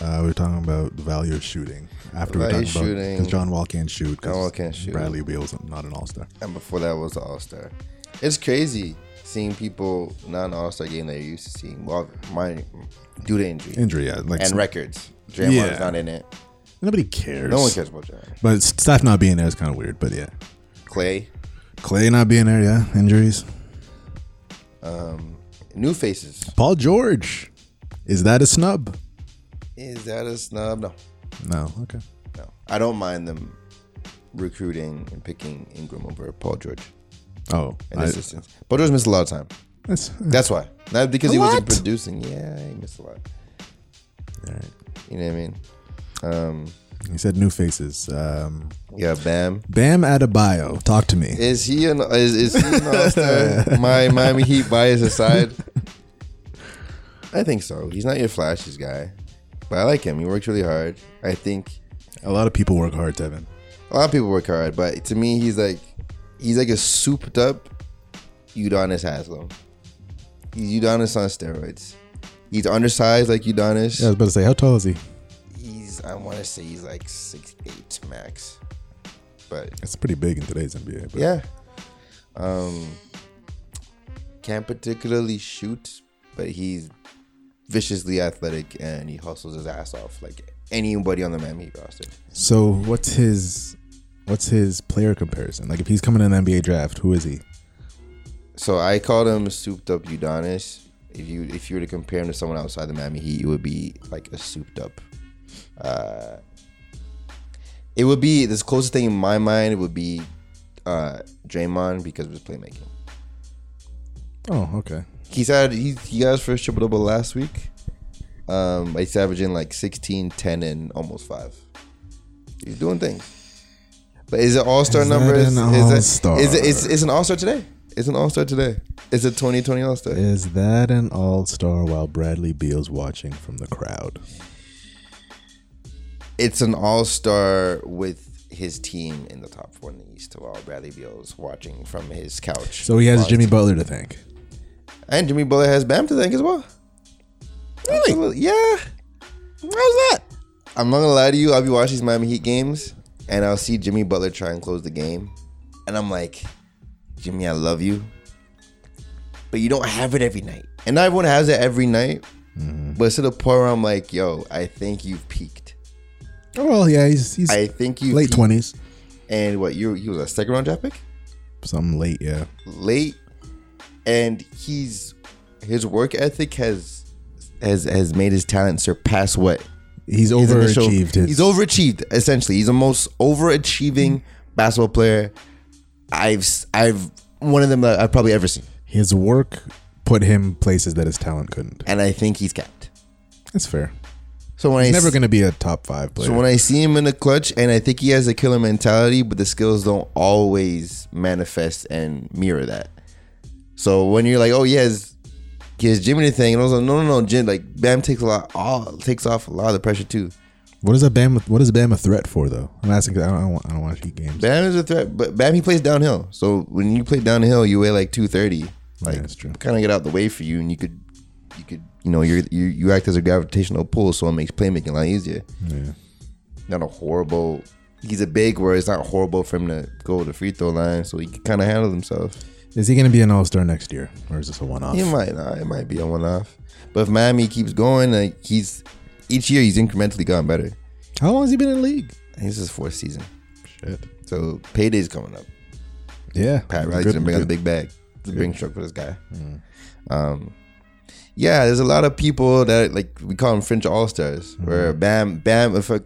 S1: Uh, we are talking about the value of shooting. After we
S2: Value
S1: talking about
S2: shooting.
S1: because John Wall can't shoot. 'cause
S2: John Wall can't shoot.
S1: Bradley Beal's not an All Star.
S2: And before that was the All Star. It's crazy seeing people not in All Star game that you're used to seeing. Well, mine due to injury
S1: Injury, yeah. Like
S2: and records. Draymond's
S1: Yeah.
S2: not in it.
S1: nobody cares.
S2: No one cares about Draymond.
S1: But Steph not being there is kind of weird. But yeah,
S2: Clay.
S1: Clay not being there, yeah, injuries.
S2: New faces.
S1: Paul George, is that a snub?
S2: Is that a snub? No.
S1: No. Okay.
S2: No, I don't mind them recruiting and picking Ingram over Paul George
S1: Oh,
S2: in
S1: I,
S2: this instance. Paul George missed a lot of time.
S1: that's
S2: That's why. Not because he
S1: lot?
S2: wasn't producing. Yeah, he missed a lot.
S1: all right.
S2: You know what I mean? Um,
S1: He said new faces. Um,
S2: yeah, Bam.
S1: Bam Adebayo, talk to me.
S2: Is he an is, is he an all-star? My Miami Heat bias aside, I think so. He's not your flashes guy, but I like him. He works really hard. I think
S1: A lot of people work hard, Devin.
S2: A lot of people work hard, but to me, he's like he's like a souped up Udonis Haslam. He's Udonis on steroids. He's undersized like Udonis.
S1: Yeah, I was about to say, how tall is he?
S2: He's I want to say he's like six eight max, but
S1: It's pretty big in today's NBA. But
S2: yeah. Um, can't particularly shoot, but he's viciously athletic and he hustles his ass off like anybody on the Miami Heat roster.
S1: So what's his what's his player comparison? Like if he's coming in an NBA draft, who is he?
S2: So I called him souped up Udonis. If you if you were to compare him to someone outside the Miami Heat, it would be like a souped up. Uh, it would be this closest thing in my mind. It would be uh, Draymond because of his playmaking.
S1: Oh, okay.
S2: He's had he he got his first triple double last week. Um, he's averaging like 16, 10, and almost five. He's doing things. But is it all star
S1: Is that
S2: number? Is,
S1: an
S2: is it-
S1: all-star?
S2: Is it, it's, it's an all star today. It's an all star today. It's a twenty twenty all star.
S1: Is that an all star while Bradley Beal's watching from the crowd?
S2: it's an all star with his team in the top four in the East while Bradley Beal's watching from his couch.
S1: So he has
S2: While-
S1: Jimmy Butler to thank.
S2: and Jimmy Butler has Bam to thank as well. Really? Yeah. How's that? I'm not gonna lie to you. I'll be watching these Miami Heat games, and I'll see Jimmy Butler try and close the game, and I'm like, Jimmy, I love you, but you don't have it every night, and not everyone has it every night.
S1: Mm-hmm.
S2: But it's to the point where I'm like, yo, I think you've peaked.
S1: Oh well, yeah, he's he's
S2: I think you
S1: late twenties.
S2: and what you he was a second round draft pick
S1: Something late, yeah.
S2: late and he's his work ethic has has has made his talent surpass what
S1: He's
S2: his initial-
S1: overachieved his
S2: he's overachieved essentially he's the most overachieving basketball player i've s- i've one of them that i've probably ever seen
S1: his work put him places that his talent couldn't.
S2: and i think he's capped
S1: That's fair.
S2: so when
S1: He's
S2: i
S1: never
S2: s-
S1: gonna be a top five player.
S2: so when i see him in the clutch and i think he has a killer mentality but the skills don't always manifest and mirror that so when you're like oh yeah it's- gives Jimmy the thing, and I was like, no, no, no, Jim. Like Bam takes a lot, all takes off a lot of the pressure too.
S1: what is a Bam? What is Bam a threat for though? I'm asking. 'cause I don't. I don't, wa- I don't watch heat games.
S2: Bam is a threat, but Bam he plays downhill. So when you play downhill, you weigh like two thirty,
S1: yeah,
S2: like
S1: that's true.
S2: kind of get out the way for you, and you could, you could, you know, you're, you you act as a gravitational pull, so it makes playmaking a lot easier.
S1: Yeah.
S2: Not a horrible. He's a big where it's not horrible for him to go to the free throw line, so he can kind of handle himself.
S1: Is he gonna be an all star next year, or is this a one off?
S2: He might not. It might be a one off. But if Miami keeps going, like he's each year he's incrementally gotten better.
S1: How long has he been in the league?
S2: This is his fourth season.
S1: Shit.
S2: So payday's coming up.
S1: Yeah.
S2: Pat
S1: Good-
S2: Riley's gonna bring out the
S1: good-
S2: big bag. The big truck for this guy. Um, yeah, there's a lot of people that like we call them French all
S1: Mm-hmm.
S2: stars. Where Bam, Bam, if I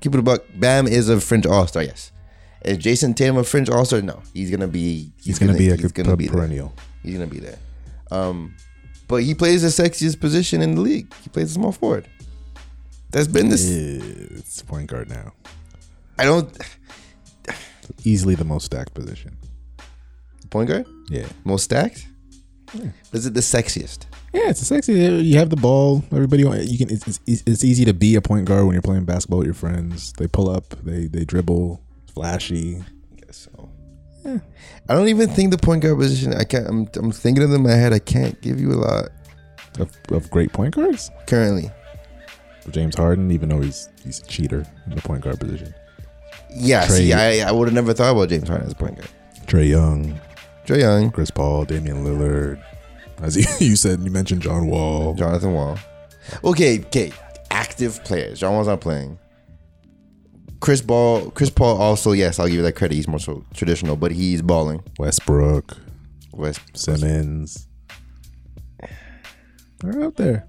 S2: keep it a buck, Bam is a French all star. Yes, Is Jason Tatum a fringe all star? No, he's gonna be.
S1: He's
S2: He's,
S1: gonna, be a
S2: he's
S1: good
S2: gonna
S1: per-
S2: be there.
S1: perennial.
S2: He's gonna be there. Um, but he plays the sexiest position in the league. He plays the small forward. That's been this.
S1: It's point guard now.
S2: I don't
S1: Easily the most stacked position.
S2: point guard
S1: Yeah.
S2: most stacked. Is it the sexiest?
S1: Yeah, it's a sexy. uh, You have the ball. Everybody, want- you can. It's, it's, it's easy to be a point guard when you're playing basketball with your friends. They pull up. They they dribble. Flashy.
S2: So, I don't even think the point guard position. I can't. I'm, I'm thinking of them in my head. I can't give you a lot
S1: Of, of great point guards.
S2: currently.
S1: James Harden, even though he's he's a cheater in the point guard position.
S2: Yeah,
S1: Trey-
S2: see, I, I would have never thought about James Harden as a point guard.
S1: Trey Young,
S2: Trey Young,
S1: Chris Paul, Damian Lillard. As you, you said, you mentioned John Wall.
S2: Jonathan Wall. Okay, okay. Active players. John Wall's not playing. Chris Ball, Chris Paul also, yes, I'll give you that credit. He's more so traditional, but he's balling.
S1: Westbrook,
S2: West
S1: Simmons. They're out there.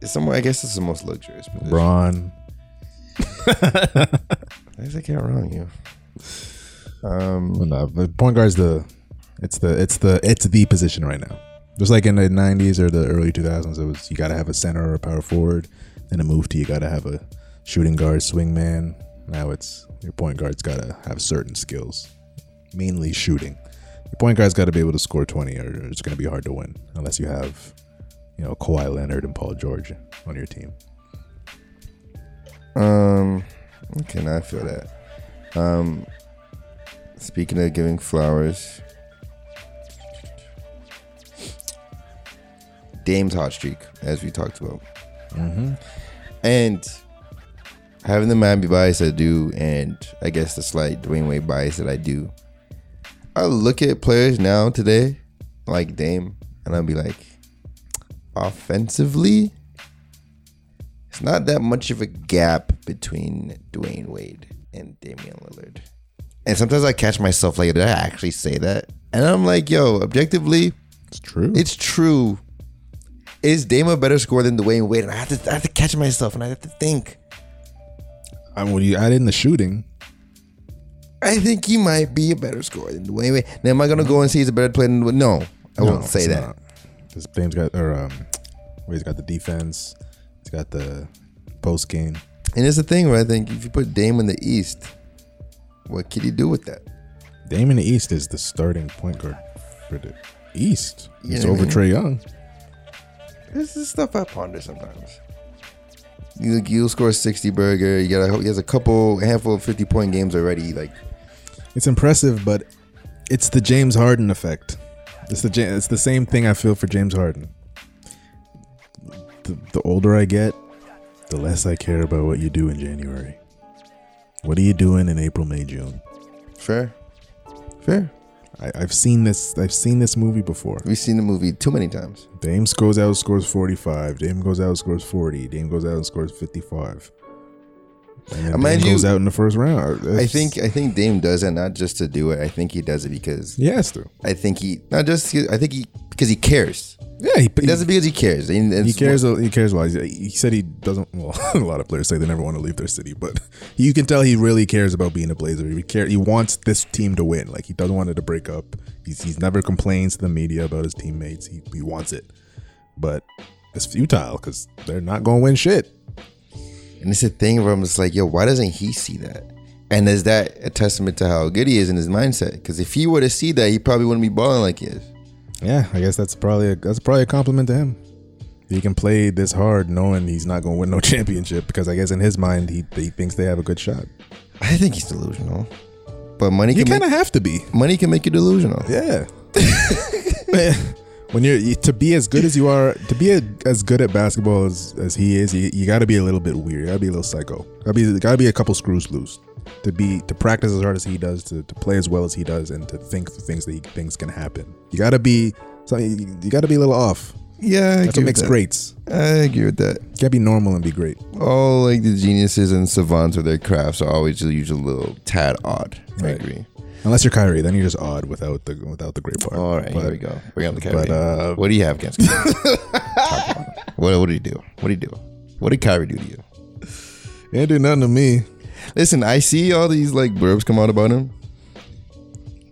S2: it's somewhere I guess it's the most luxurious position.
S1: Braun.
S2: I guess I can't wrong you.
S1: Well, no, but point guard's the it's the it's the it's the position right now. Just like in the '90s or the early 2000s, it was you got to have a center or a power forward. Then it moved to you got to have a shooting guard, swing man. Now it's your point guard's got to have certain skills, mainly shooting. Your point guard's got to be able to score 20, or it's going to be hard to win unless you have, you know, Kawhi Leonard and Paul George on your team.
S2: Um, okay, now I feel that. Um, speaking of giving flowers, Dame's hot streak, as we talked about, and having the Miami bias I do, and I guess the slight Dwayne Wade bias that I do. I look at players now today, like Dame, and I'll be like, offensively, it's not that much of a gap between Dwayne Wade and Damian Lillard. And sometimes I catch myself like, did I actually say that? And I'm like, yo, objectively,
S1: It's true.
S2: it's true. Is Dame a better scorer than Dwayne Wade? And I have to, I have to catch myself and I have to think.
S1: I mean, when you add in the shooting,
S2: I think he might be a better scorer than Dwayne Wade. Now, am I gonna go and say he's a better player than Dwayne? No, I won't say that.
S1: This Dame's got or um, Wade's got the defense. He's got the post game.
S2: And it's the thing where I think if you put Dame in the East, what can you do with that?
S1: Dame in the East is the starting point guard for the East.
S2: You
S1: It's
S2: know what
S1: over
S2: I mean?
S1: Trey Young.
S2: This is stuff I ponder sometimes. You you score a sixty burger. You got a, he has a couple a handful of fifty point games already. Like
S1: It's impressive, but it's the James Harden effect. It's the Ja- it's the same thing I feel for James Harden. The, the older I get, the less I care about what you do in January. What are you doing in April, May, June?
S2: fair, fair.
S1: I, I've seen this. I've seen this movie before.
S2: We've seen the movie too many times.
S1: Dame goes out and scores 45. Dame goes out and scores 40. Dame goes out and scores 55. And then
S2: Mind
S1: Dame goes
S2: you,
S1: out in the first round. Uh,
S2: I
S1: That's-
S2: think I think Dame does it not just to do it. I think he does it because
S1: he has to.
S2: I think he not just I think he because he cares.
S1: Yeah, he,
S2: He does it because he cares. And, and
S1: he cares. He cares a lot. He's- He said he doesn't. Well, a lot of players say they never want to leave their city, but you can tell he really cares about being a Blazer. He care. He wants this team to win. Like he doesn't want it to break up. He's he's never complains to the media about his teammates. He he wants it, but it's futile because they're not going to win shit.
S2: And it's a thing where I'm just like, yo, why doesn't he see that? And is that a testament to how good he is in his mindset? Because if he were to see that, he probably wouldn't be balling like he is.
S1: Yeah, I guess that's probably a, that's probably a compliment to him. He can play this hard knowing he's not going to win no championship because I guess in his mind he, he thinks they have a good shot.
S2: I think he's delusional. But money
S1: You
S2: can
S1: kind
S2: make,
S1: of have to be.
S2: money can make you delusional.
S1: Yeah. when you're you- to be as good as you are, to be a, as good at basketball as, as he is, you, you got to be a little bit weird. You got to be a little psycho. Got to be got to be a couple screws loose to be to practice as hard as he does, to, to play as well as he does, and to think the things that he thinks can happen. You got to be something. You, you got to be a little off.
S2: Yeah, I
S1: That's what makes greats.
S2: I agree with that.
S1: You can't be normal and be great.
S2: All like the geniuses and savants of their crafts are always just usually a little tad odd. I
S1: Right.
S2: agree.
S1: Unless you're Kyrie, then you're just odd without the without the great part.
S2: All right,
S1: But
S2: here we go. Bring on the Kyrie.
S1: but, uh,
S2: what do you have against Kyrie? Top one. what, what did he do? What did he do? What did Kyrie do to you?
S1: he didn't do nothing to me.
S2: Listen, I see all these like blurbs come out about him.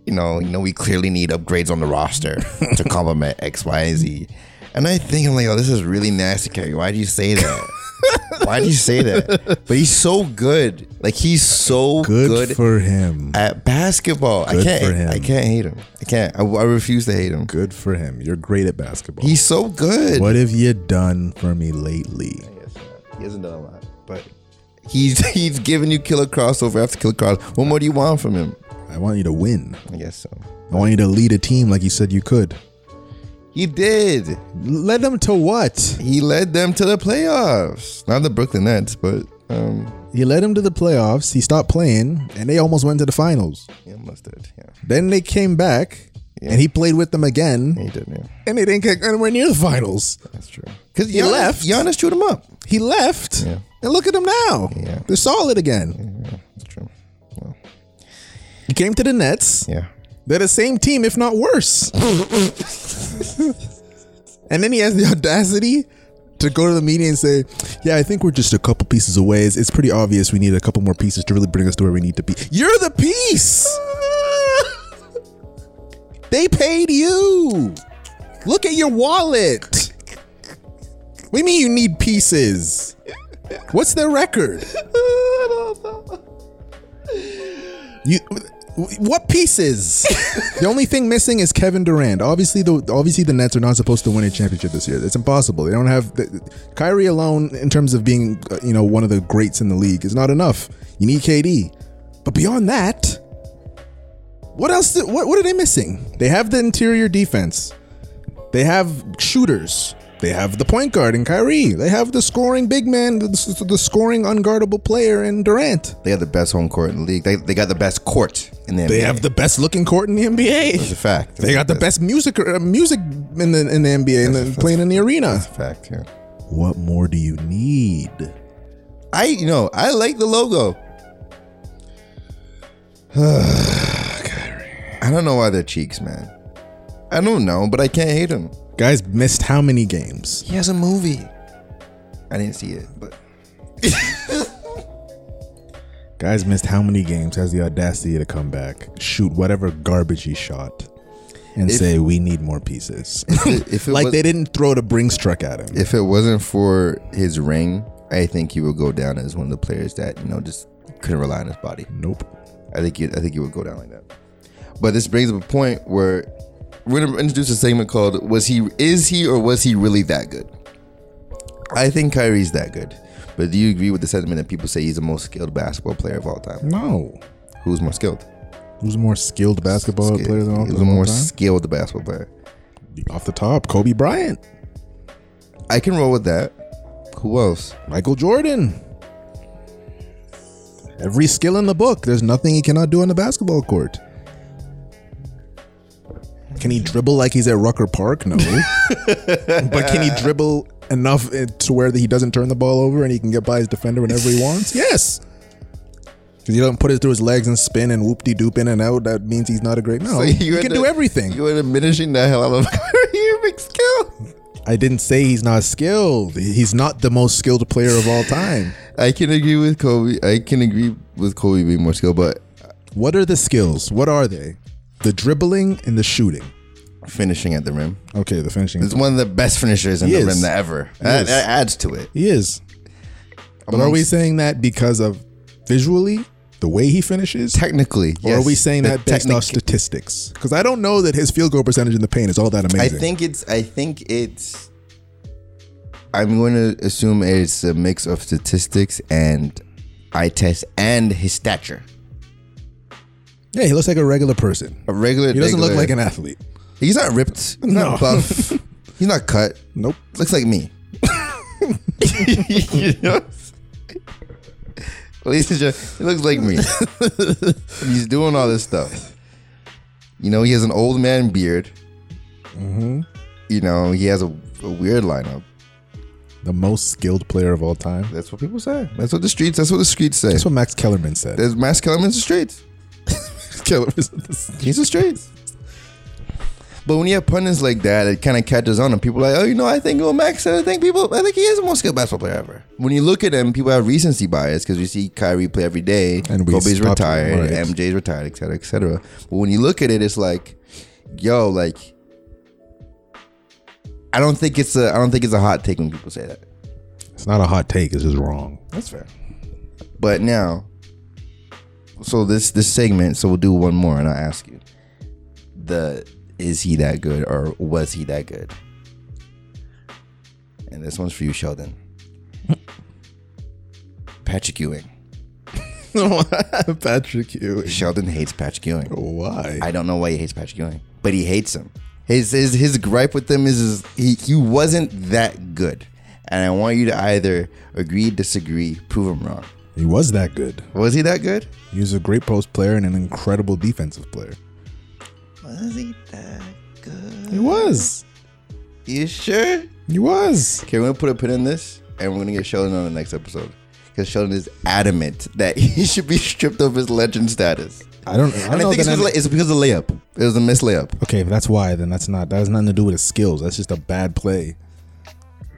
S2: You know, you know, we clearly need upgrades on the roster to complement X, Y, and Z. And I think I'm like, oh, this is really nasty, Kerry. Why do you say that? Why do you say that? But he's so good. Like he's so
S1: Good,
S2: good,
S1: for him.
S2: at basketball. I
S1: Good
S2: can't.
S1: for him.
S2: I can't hate him. I can't. I, I refuse to hate him.
S1: Good for him. You're great at basketball.
S2: He's so good.
S1: what have you done for me lately?
S2: He hasn't done a lot, but he's he's giving you killer crossover after killer cross. What more do you want from him?
S1: I want you to win.
S2: I guess so.
S1: I want you to lead a team like you said you could.
S2: He did.
S1: Led them to what?
S2: He led them to the playoffs. Not the Brooklyn Nets, but um,
S1: He led them to the playoffs. He stopped playing, and they almost went to the finals.
S2: yeah, mustard. Yeah,
S1: Then they came back, and he played with them again,
S2: he did. Yeah,
S1: and they didn't get anywhere near the finals.
S2: that's true. Because
S1: He
S2: Giannis,
S1: left.
S2: Giannis chewed him up.
S1: He left,
S2: Yeah.
S1: and look at them now.
S2: Yeah.
S1: They're solid again.
S2: That's true.
S1: He came to the Nets.
S2: Yeah.
S1: They're the same team, if not worse. and then he has the audacity to go to the media and say, Yeah, I think we're just a couple pieces away. It's, it's pretty obvious we need a couple more pieces to really bring us to where we need to be. You're the piece! they paid you! Look at your wallet! What do you mean you need pieces? What's their record? You what pieces? the only thing missing is Kevin Durant. Obviously, the obviously the Nets are not supposed to win a championship this year. It's impossible. They don't have the, Kyrie alone in terms of being uh, you know one of the greats in the league is not enough. You need KD, but beyond that, what else? do- what what are they missing? They have the interior defense. They have shooters. They have the point guard in Kyrie. They have the scoring big man, the, the- the scoring unguardable player in Durant.
S2: They got the best home court in the league. They, they got the best court in the
S1: They
S2: NBA.
S1: have the best looking court in the NBA.
S2: It's a fact.
S1: They got the
S2: That's
S1: best music uh, music in the in the NBA and then playing in the arena.
S2: a fact. Yeah.
S1: What more do you need?
S2: I you know I like the logo. I don't know why their cheeks, man. I don't know, but I can't hate him.
S1: Guys missed how many games?
S2: He has a movie. I didn't see it, but
S1: Guys missed how many games? Has the audacity to come back, shoot whatever garbage he shot, and say we need more pieces.
S2: if it,
S1: like
S2: was,
S1: they didn't throw the Brinks truck at him.
S2: if it wasn't for his ring, I think he would go down as one of the players that you know just couldn't rely on his body.
S1: Nope.
S2: I think he, I think he would go down like that. But this brings up a point where we're gonna introduce a segment called "Was he is he or was he really that good?" I think Kyrie's that good, but do you agree with the sentiment that people say he's the most skilled basketball player of all time?
S1: No.
S2: Who's more skilled?
S1: Who's a more skilled basketball
S2: Skilled.
S1: player than all
S2: He's
S1: of
S2: a more
S1: more
S2: skilled basketball player.
S1: Off the top, Kobe Bryant,
S2: I can roll with that. Who else?
S1: Michael Jordan. Every skill in the book. There's nothing he cannot do on the basketball court. Can he dribble like he's at Rucker Park? No. but can he dribble enough eh, to where that he doesn't turn the ball over and he can get by his defender whenever he wants? Yes. Because he doesn't put it through his legs and spin and whoop de doop in and out. That means he's not a great. No,
S2: So
S1: he
S2: Oh, you
S1: can
S2: end
S1: do
S2: up-
S1: everything.
S2: You're diminishing the hell out of Kyrie Irving's skill.
S1: I didn't say he's not skilled. He's not the most skilled player of all time.
S2: I can agree with Kobe. I can agree with Kobe being more skilled, but
S1: What are the skills? What are they? The dribbling and the shooting.
S2: finishing at the rim.
S1: Okay, the finishing.
S2: He's one of the best finishers in
S1: He
S2: the
S1: is.
S2: rim that ever. That,
S1: is.
S2: that adds to it.
S1: He is. But are we saying that because of visually the way he finishes?
S2: Technically,
S1: Or
S2: yes.
S1: are we saying
S2: The
S1: that based
S2: technic-
S1: off statistics? Because I don't know that his field goal percentage in the paint is all that
S2: I
S1: amazing.
S2: think it's. I think it's. I'm going to assume it's a mix of statistics and eye test and his stature.
S1: yeah, he looks like a regular person.
S2: A regular.
S1: He doesn't look
S2: regular-
S1: like an athlete.
S2: He's not ripped. He's
S1: No.
S2: not buff. he's not cut.
S1: Nope.
S2: Looks like me. You know what I'm saying? At least it's just- he looks like me. he's doing all this stuff. You know, he has an old man beard. Mm-hmm. You know, he has a, a weird lineup.
S1: The most skilled player of all time.
S2: That's what people say. That's what the streets. That's what the streets say.
S1: That's what Max Kellerman said.
S2: There's Max Kellerman's the streets.
S1: Kellerman said this.
S2: He's the streets. But when you have pundits like that, it kind of catches on, and people are like, oh, you know, I think Will Max, I think people, I think he is the most skilled basketball player ever. When you look at him, people have recency bias because you see Kyrie play every day,
S1: And
S2: and
S1: we
S2: Kobe's
S1: stopped-
S2: retired,
S1: right.
S2: MJ's retired, et cetera, et cetera. But when you look at it, it's like, yo, like, I don't think it's a, I don't think it's a hot take when people say that.
S1: It's not a hot take. It's just wrong.
S2: That's fair. But now, so this this segment, so we'll do one more, and I'll ask you: the is he that good, or was he that good? And this one's for you, Sheldon. Patrick Ewing.
S1: Patrick Ewing.
S2: Sheldon hates Patrick Ewing.
S1: Why?
S2: I don't know why he hates Patrick Ewing, but he hates him. His his his gripe with him is, is he he wasn't that good, and I want you to either agree, disagree, prove him wrong.
S1: he was that good.
S2: Was he that good?
S1: He was a great post player and an incredible defensive player.
S2: Was he that good?
S1: He was.
S2: You sure?
S1: He was.
S2: Okay, we're gonna put a pin in this, and we're gonna get Sheldon on the next episode because Sheldon is adamant that he should be stripped of his legend status.
S1: I don't. I don't
S2: And I,
S1: know. that
S2: think it's because,
S1: I-
S2: of- it's because of the layup. It was a missed layup.
S1: okay, if that's why, then that's not. That has nothing to do with his skills. That's just a bad play.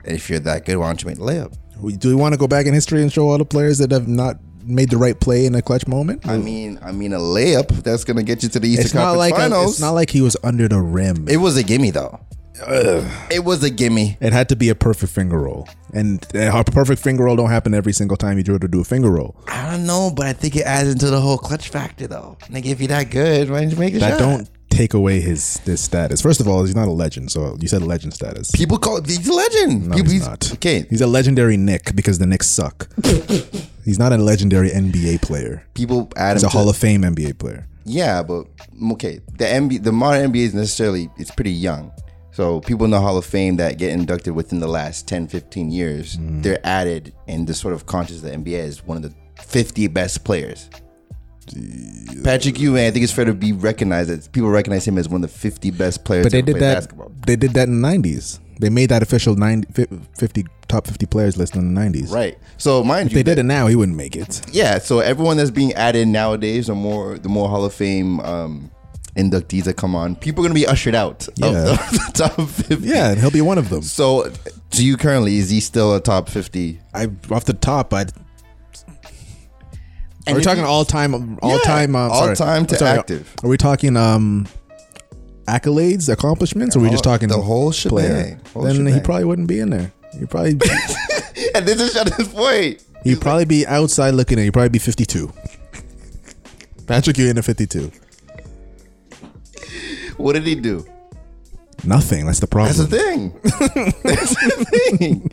S2: And if you're that good, why don't you make the layup?
S1: We- Do we want to go back in history and show all the players that have not made the right play in a clutch moment?
S2: I mean, I mean, a layup that's gonna get you to the Eastern
S1: it's not
S2: Conference
S1: like a,
S2: Finals.
S1: it's not like he was under the rim.
S2: it was a gimme though. It was a gimme.
S1: It had to be a perfect finger roll, and a perfect finger roll don't happen every single time you drill to do a finger roll.
S2: I don't know, but I think it adds into the whole clutch factor though. Nigga, if you're that good, why don't you make the
S1: That
S2: shot?
S1: don't take away his this status. First of all, he's not a legend, so you said legend status.
S2: People call he's a legend.
S1: No,
S2: People-
S1: he's not.
S2: Okay,
S1: He's a legendary Nick because the Knicks suck. he's not a legendary NBA player.
S2: people add
S1: He's
S2: him
S1: a
S2: to-
S1: Hall of Fame NBA player.
S2: Yeah, but mm, okay, the NBA, the modern NBA is necessarily it's pretty young. So people in the Hall of Fame that get inducted within the last 10, 15 years,
S1: Mm-hmm.
S2: they're added in the sort of conscious that NBA is one of the 50 best players. Patrick Ewing, I think it's fair to be recognized that people recognize him as one of the 50 best players.
S1: But they
S2: ever
S1: did
S2: played
S1: that.
S2: Basketball.
S1: They did that in the '90s. They made that official 90, fif- 50 top 50 players list in the '90s.
S2: Right. So mind
S1: If they
S2: you,
S1: did it now, he wouldn't make it.
S2: yeah. So everyone that's being added nowadays, the more the more Hall of Fame um, inductees that come on, people are gonna be ushered out
S1: Yeah.
S2: of the, the top 50.
S1: Yeah, and he'll be one of them.
S2: So, to you currently, is he still a top 50?
S1: I off the top, I. Are
S2: And
S1: we
S2: if
S1: talking
S2: you-
S1: all time? All
S2: Yeah,
S1: time? Uh,
S2: all
S1: sorry.
S2: time to
S1: Sorry,
S2: active.
S1: Are we talking um accolades, accomplishments? Or are we just
S2: All-
S1: talking
S2: the whole
S1: player?
S2: shebang. Whole
S1: then he
S2: shebang.
S1: probably wouldn't be in there. He probably
S2: And this is Sheldon's point.
S1: he'd probably be outside looking in. He'd probably be fifty two. Patrick Ewing at fifty two.
S2: What did he do?
S1: Nothing. That's the problem.
S2: That's the thing. That's the thing.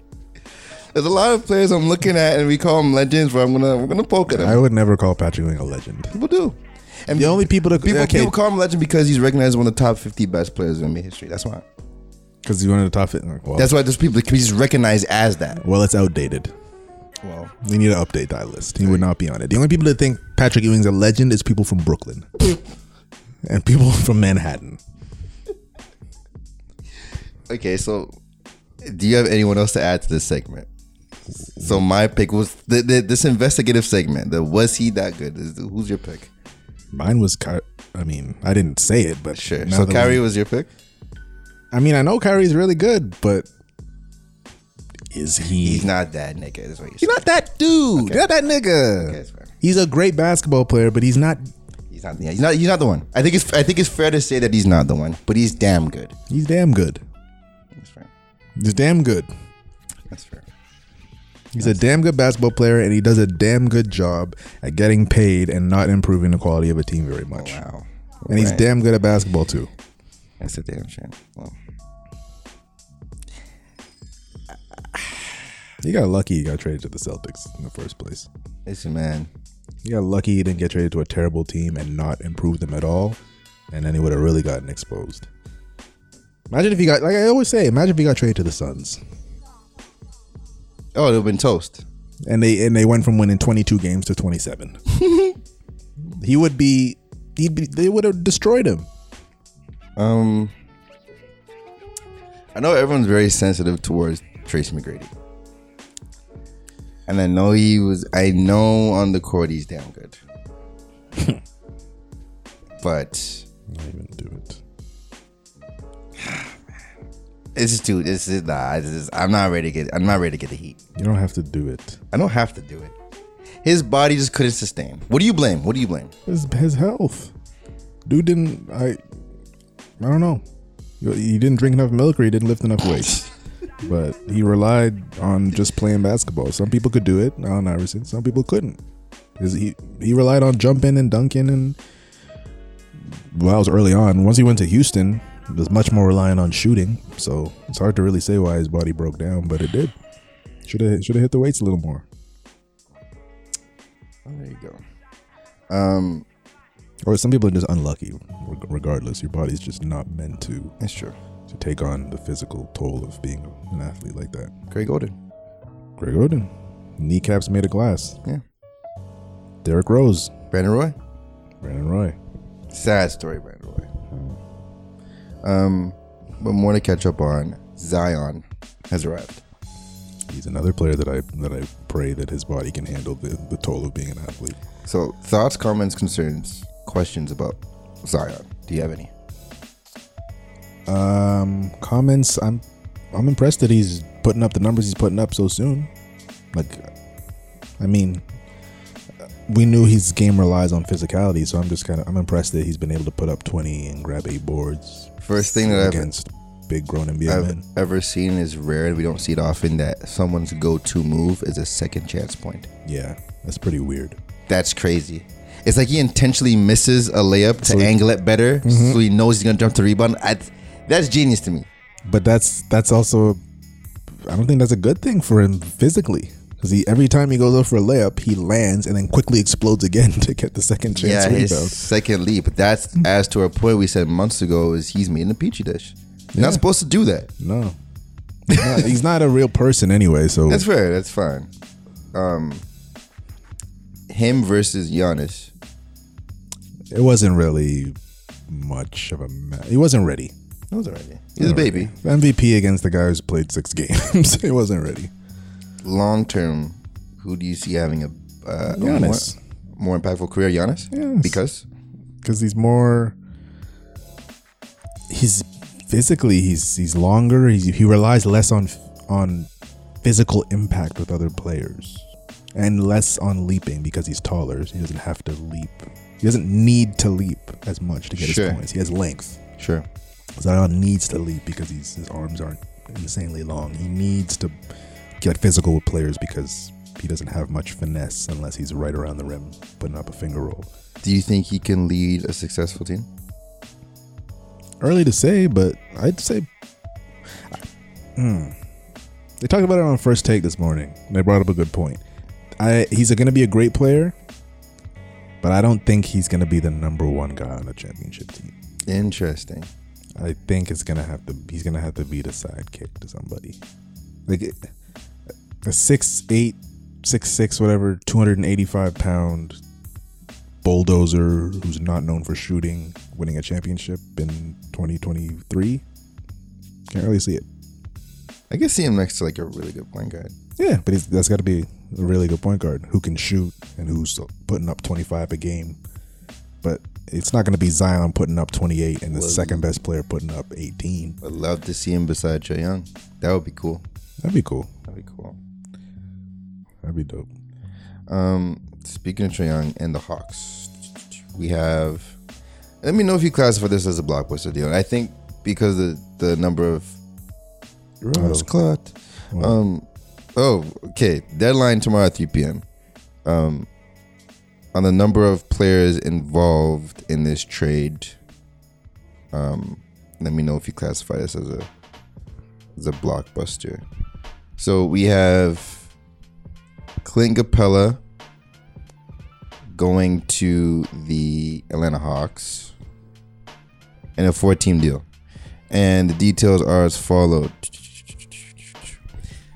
S2: There's a lot of players I'm looking at, and we call them legends. Where I'm gonna, we're gonna poke at
S1: I
S2: them.
S1: would never call Patrick Ewing a legend.
S2: People do. And
S1: The only people that
S2: people,
S1: okay
S2: people call him legend because he's recognized as one of the top 50 best players in NBA history. That's why.
S1: because he's one of the top. Well,
S2: That's why there's people. He's recognized as that.
S1: well, it's outdated.
S2: Well,
S1: We need to update that list. He would not be on it. The only people that think Patrick Ewing's a legend is people from Brooklyn and people from Manhattan.
S2: Okay, so do you have anyone else to add to this segment? So my pick was the, the, this investigative segment. The was he that good? Is- Who's your pick?
S1: Mine was, Ky- I mean, I didn't say it, but
S2: Sure.
S1: now
S2: so
S1: that
S2: Kyrie
S1: we-
S2: was your pick.
S1: I mean, I know Kyrie's really good, but is he?
S2: He's not that nigga. That's what you're
S1: He's
S2: saying.
S1: not that dude. He's Not that nigga.
S2: Okay, that's fair.
S1: he's a great basketball player, but he's not.
S2: He's not. Yeah, he's not. He's not the one. I think it's. I think it's fair to say that he's not the one, but he's damn good.
S1: He's damn good.
S2: That's fair.
S1: He's damn good.
S2: That's fair.
S1: He's a damn good basketball player, and he does a damn good job at getting paid and not improving the quality of a team very much.
S2: Wow.
S1: And he's
S2: Right.
S1: damn good at basketball too.
S2: That's a damn shame. Well,
S1: He got lucky he got traded to the Celtics in the first place.
S2: listen, man.
S1: He got lucky he didn't get traded to a terrible team and not improve them at all. And then he would have really gotten exposed. Imagine if he got like I always say, imagine if he got traded to the Suns.
S2: Oh, it'll have been toast.
S1: And they and they went from winning twenty two games to twenty seven. he would be he'd be they would have destroyed him.
S2: Um, I know everyone's very sensitive towards Tracy McGrady, and I know he was. I know on the court he's damn good, but
S1: Not even do it.
S2: This is too. This is nah. This is, I'm not ready to get. I'm not ready to get the heat.
S1: You don't have to do it.
S2: I don't have to do it. His body just couldn't sustain. What do you blame? What do you blame?
S1: His, his health. Dude didn't. I. I don't know. You- He didn't drink enough milk or he didn't lift enough weights. but he relied on just playing basketball. Some people could do it, Allen Iverson. Some people couldn't. 'Cause He he relied on jumping and dunking and. Well, that was early on. Once he went to Houston, it was much more reliant on shooting. So it's hard to really say why his body broke down, but it did. Should have should have hit the weights a little more.
S2: Oh, there you go. Um,
S1: Or some people are just unlucky. reg- Regardless, your body's just not meant to
S2: that's true.
S1: to take on the physical toll of being an athlete like that.
S2: Greg Golden.
S1: Greg Oden, kneecaps made of glass.
S2: Yeah.
S1: Derrick Rose,
S2: Brandon Roy.
S1: Brandon Roy.
S2: Sad story, Brandon Roy. Um, but more to catch up on. Zion has arrived.
S1: He's another player that I that I pray that his body can handle the, the toll of being an athlete.
S2: So thoughts, comments, concerns, questions about Zion. Do you have any?
S1: Um, comments. I'm I'm impressed that he's putting up the numbers he's putting up so soon. Like, I mean, we knew his game relies on physicality, so I'm just kind of I'm impressed that he's been able to put up 20 and grab eight boards
S2: First thing that I've
S1: against big grown NBA
S2: I've
S1: men.
S2: ever seen is rare, and we don't see it often. That someone's go-to move is a second chance point.
S1: Yeah, that's pretty weird.
S2: That's crazy. It's like he intentionally misses a layup to angle it better, so he knows he's gonna jump to rebound. I, that's genius to me.
S1: But that's that's also I don't think that's a good thing for him physically. Because he, every time he goes up for a layup, he lands and then quickly explodes again to get the second chance
S2: yeah, his
S1: rebound.
S2: second leap. That's as to our point we said months ago is he's made in a peachy dish. You're
S1: Yeah.
S2: Not supposed to do that.
S1: No. He's not, he's not a real person anyway, so
S2: That's fair. That's fine. Um, him versus Giannis.
S1: it wasn't really much of a ma- he wasn't ready.
S2: That was already. He's a baby.
S1: MVP against the guy who's played 6 games. he wasn't ready.
S2: Long term, who do you see having a uh, a
S1: Giannis.
S2: more, more impactful career? Giannis.
S1: Yes.
S2: Because
S1: Cuz he's more he's physically he's he's longer, he's, he relies less on f- on physical impact with other players and less on leaping because he's taller. So he doesn't have to leap. He doesn't need to leap as much to get
S2: Sure.
S1: his points. He has length.
S2: sure.
S1: Zion needs to leap because he's, his arms aren't insanely long. He needs to get physical with players because he doesn't have much finesse unless he's right around the rim putting up a finger roll.
S2: Do you think he can lead a successful team?
S1: Early to say, but I'd say. Hmm. They talked about it on first take this morning. and They brought up a good point. I he's going to be a great player, but I don't think he's going to be the number one guy on a championship team.
S2: Interesting.
S1: I think it's gonna have to. He's gonna have to be the sidekick to somebody, like it- a six eight, six six, whatever, two hundred and eighty five pound bulldozer who's not known for shooting, winning a championship in twenty twenty three. Can't really see it.
S2: I can see him next to like a really good point guard.
S1: Yeah, but he's, that's got to be a really good point guard who can shoot and who's putting up twenty five a game. But it's not going to be Zion putting up twenty eight and the second best player putting up eighteen.
S2: I'd love to see him beside Trae Young. That would be cool.
S1: That'd be cool.
S2: That'd be cool.
S1: That'd be dope.
S2: Um, speaking of Trae Young and the Hawks, we have. Let me know if you classify this as a blockbuster deal. And I think because of the number of Rose clot. Um, oh, okay. Deadline tomorrow at 3 p.m. Um, on the number of players involved in this trade. Um, let me know if you classify this as a as a blockbuster. So we have Clint Capella going to the Atlanta Hawks in a four team deal. And the details are as followed.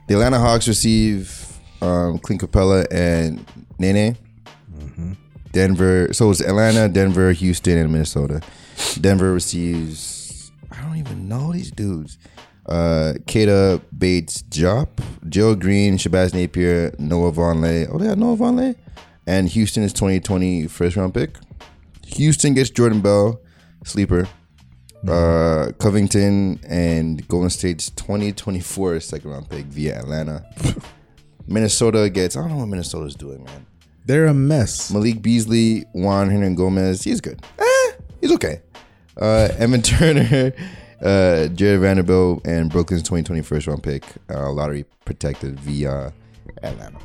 S2: The Atlanta Hawks receive um, Clint Capella and Nene. Denver. So it's Atlanta, Denver, Houston, and Minnesota. Denver receives. I don't even know these dudes. Uh, Kata Bates, Jop, Joe Green, Shabazz Napier, Noah Vonleh. Oh, they had Noah Vonleh. And Houston is 2020 first round pick. Houston gets Jordan Bell, sleeper. Uh, Covington and Golden State's 2024 second round pick via Atlanta. Minnesota gets, I don't know what Minnesota's doing, man.
S1: They're a mess.
S2: Malik Beasley, Juan Hernan Gomez, he's good. Eh, he's okay. Uh, Evan Turner, uh, Jared Vanderbilt, and Brooklyn's 2020 first round pick, uh, lottery protected via Atlanta.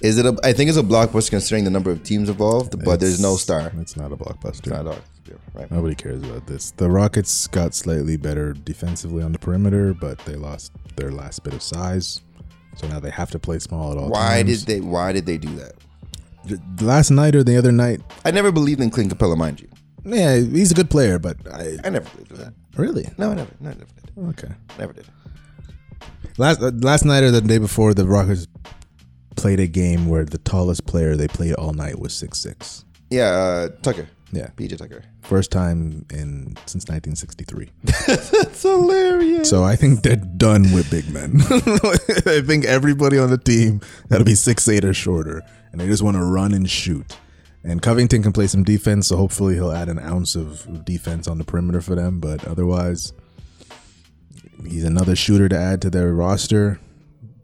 S2: Is it a? I think it's a blockbuster considering the number of teams involved, but there's no star.
S1: It's not a blockbuster.
S2: Not a- yeah, right.
S1: Nobody cares about this. The Rockets got slightly better defensively on the perimeter, but they lost their last bit of size. So now they have to play small at all
S2: Why did
S1: times.
S2: they? Why did they do that?
S1: did last night or the other night?
S2: I never believed in Clint Capella, mind you.
S1: Yeah, he's a good player, but I
S2: I never believed in that.
S1: really
S2: No, I never, no, I never did.
S1: okay.
S2: Never did.
S1: Last uh, last night or the day before, the Rockets played a game where the tallest player they played all night was six six.
S2: Yeah, uh, Tucker,
S1: Yeah,
S2: PJ Tucker.
S1: first time in since 1963.
S2: That's hilarious.
S1: So I think they're done with big men. I think everybody on the team that'll be six eight or shorter, and they just want to run and shoot. And Covington can play some defense, so hopefully he'll add an ounce of defense on the perimeter for them. But otherwise, he's another shooter to add to their roster.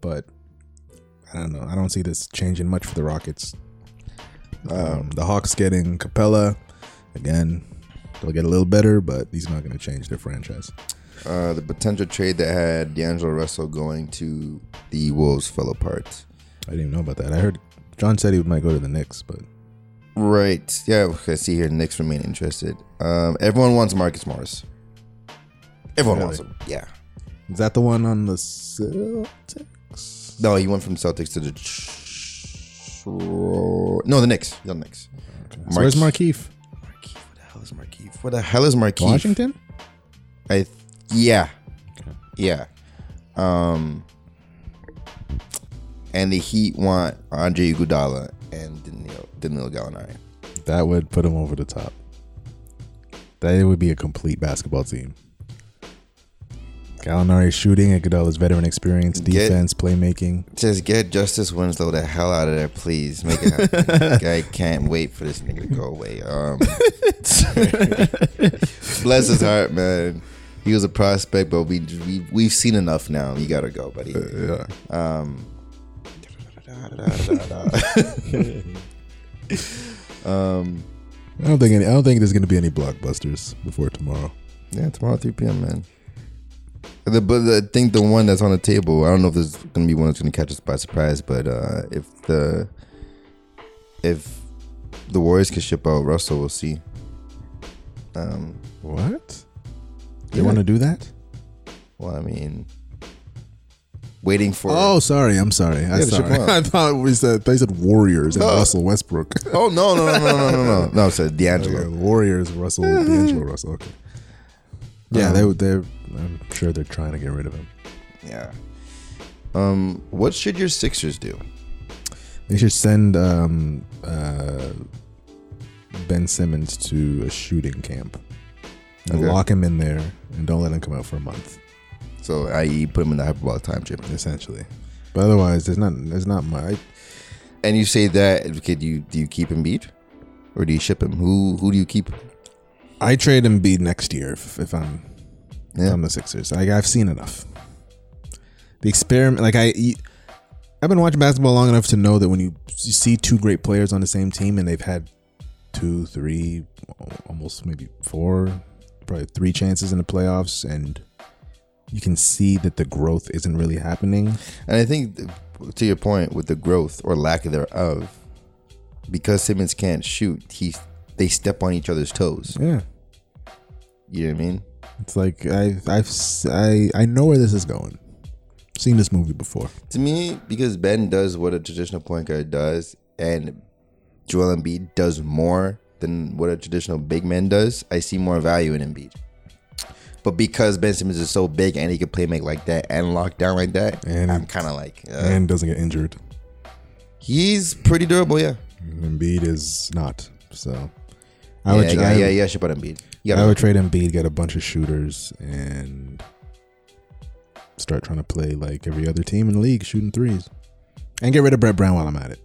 S1: But I don't know. I don't see this changing much for the Rockets. Um, the Hawks getting Capella again. They'll get a little better, but he's not going to change their franchise.
S2: Uh, the potential trade that had D'Angelo Russell going to the Wolves fell apart.
S1: I didn't even know about that. I heard John said he might go to the Knicks, but
S2: Right. Yeah, okay, I see here. Knicks remain interested. Um, everyone wants Marcus Morris. Everyone wants
S1: Really?
S2: him. Yeah.
S1: is that the one on the Celtics?
S2: No, he went from Celtics to the. Tro- No, the Knicks. He's on The Knicks.
S1: So where's Markeith?
S2: Markeith? What the hell is Markeith? What the hell is Markeith?
S1: Washington?
S2: I th- yeah, yeah. Um, and the Heat want Andre Iguodala and Danilo, Danilo Gallinari.
S1: That would put him over the top. That would be a complete basketball team. Gallinari shooting, Iguodala's veteran experience,
S2: Get-
S1: defense, playmaking.
S2: Just get Justice Winslow the hell out of there, please. Make it happen. I can't wait for this nigga to go away. Um, bless his heart, man. He was a prospect, but we we we've seen enough now. You gotta go, buddy.
S1: Yeah.
S2: Um,
S1: I don't think any, I don't think there's going to be any blockbusters before tomorrow.
S2: Yeah, tomorrow three p.m. Man. The, but the- I think the one that's on the table. I don't know if there's gonna be one that's gonna catch us by surprise. But uh, if the if the Warriors can ship out Russell, we'll see. Um,
S1: What? They
S2: Yeah.
S1: want to do that?
S2: well, I mean, waiting for
S1: Oh, sorry. I'm sorry. I,
S2: Yeah, they ship
S1: sorry.
S2: him out.
S1: I thought we said they said Warriors and
S2: No.
S1: Russell Westbrook.
S2: oh no no no no no no no no so
S1: Yeah, the
S2: D'Angelo.
S1: Warriors, Russell, D'Angelo Russell. Okay. Yeah, they they are I'm sure they're trying to get rid of him.
S2: Yeah. Um, what should your Sixers do?
S1: They should send um, uh, Ben Simmons to a shooting camp and
S2: Okay.
S1: lock him in there and don't let him come out for a month,
S2: So, i.e., put him in the hyperbolic time chamber.
S1: essentially. But otherwise, there's not there's not much.
S2: And you say that could you do you keep him beat, or do you ship him? Who who do you keep?
S1: I, I trade him B next year if, if I'm
S2: Yeah.
S1: on the Sixers. I, I've seen enough. The experiment, like I, I've been watching basketball long enough to know that when you, you see two great players on the same team and they've had two, three, al- almost maybe four, probably three chances in the playoffs, and you can see that the growth isn't really happening.
S2: And I think th- to your point with the growth or lack thereof, because Simmons can't shoot, he they step on each other's toes.
S1: Yeah,
S2: You know what I mean?
S1: it's like I, I've, s- I, I know where this is going. Seen this movie before.
S2: To me, because Ben does what a traditional point guard does, and Joel Embiid does more than what a traditional big man does, I see more value in Embiid. But because Ben Simmons is so big and he can play make like that and lock down like that,
S1: And-
S2: I'm kind of like, uh,
S1: And doesn't get injured.
S2: he's pretty durable, yeah.
S1: Embiid is not. So, I
S2: Yeah,
S1: would,
S2: yeah,
S1: I-
S2: yeah, yeah, ship out Embiid. You
S1: I
S2: gotta-
S1: would trade Embiid, get a bunch of shooters, and start trying to play like every other team in the league, shooting threes, and get rid of Brett Brown while I'm at it.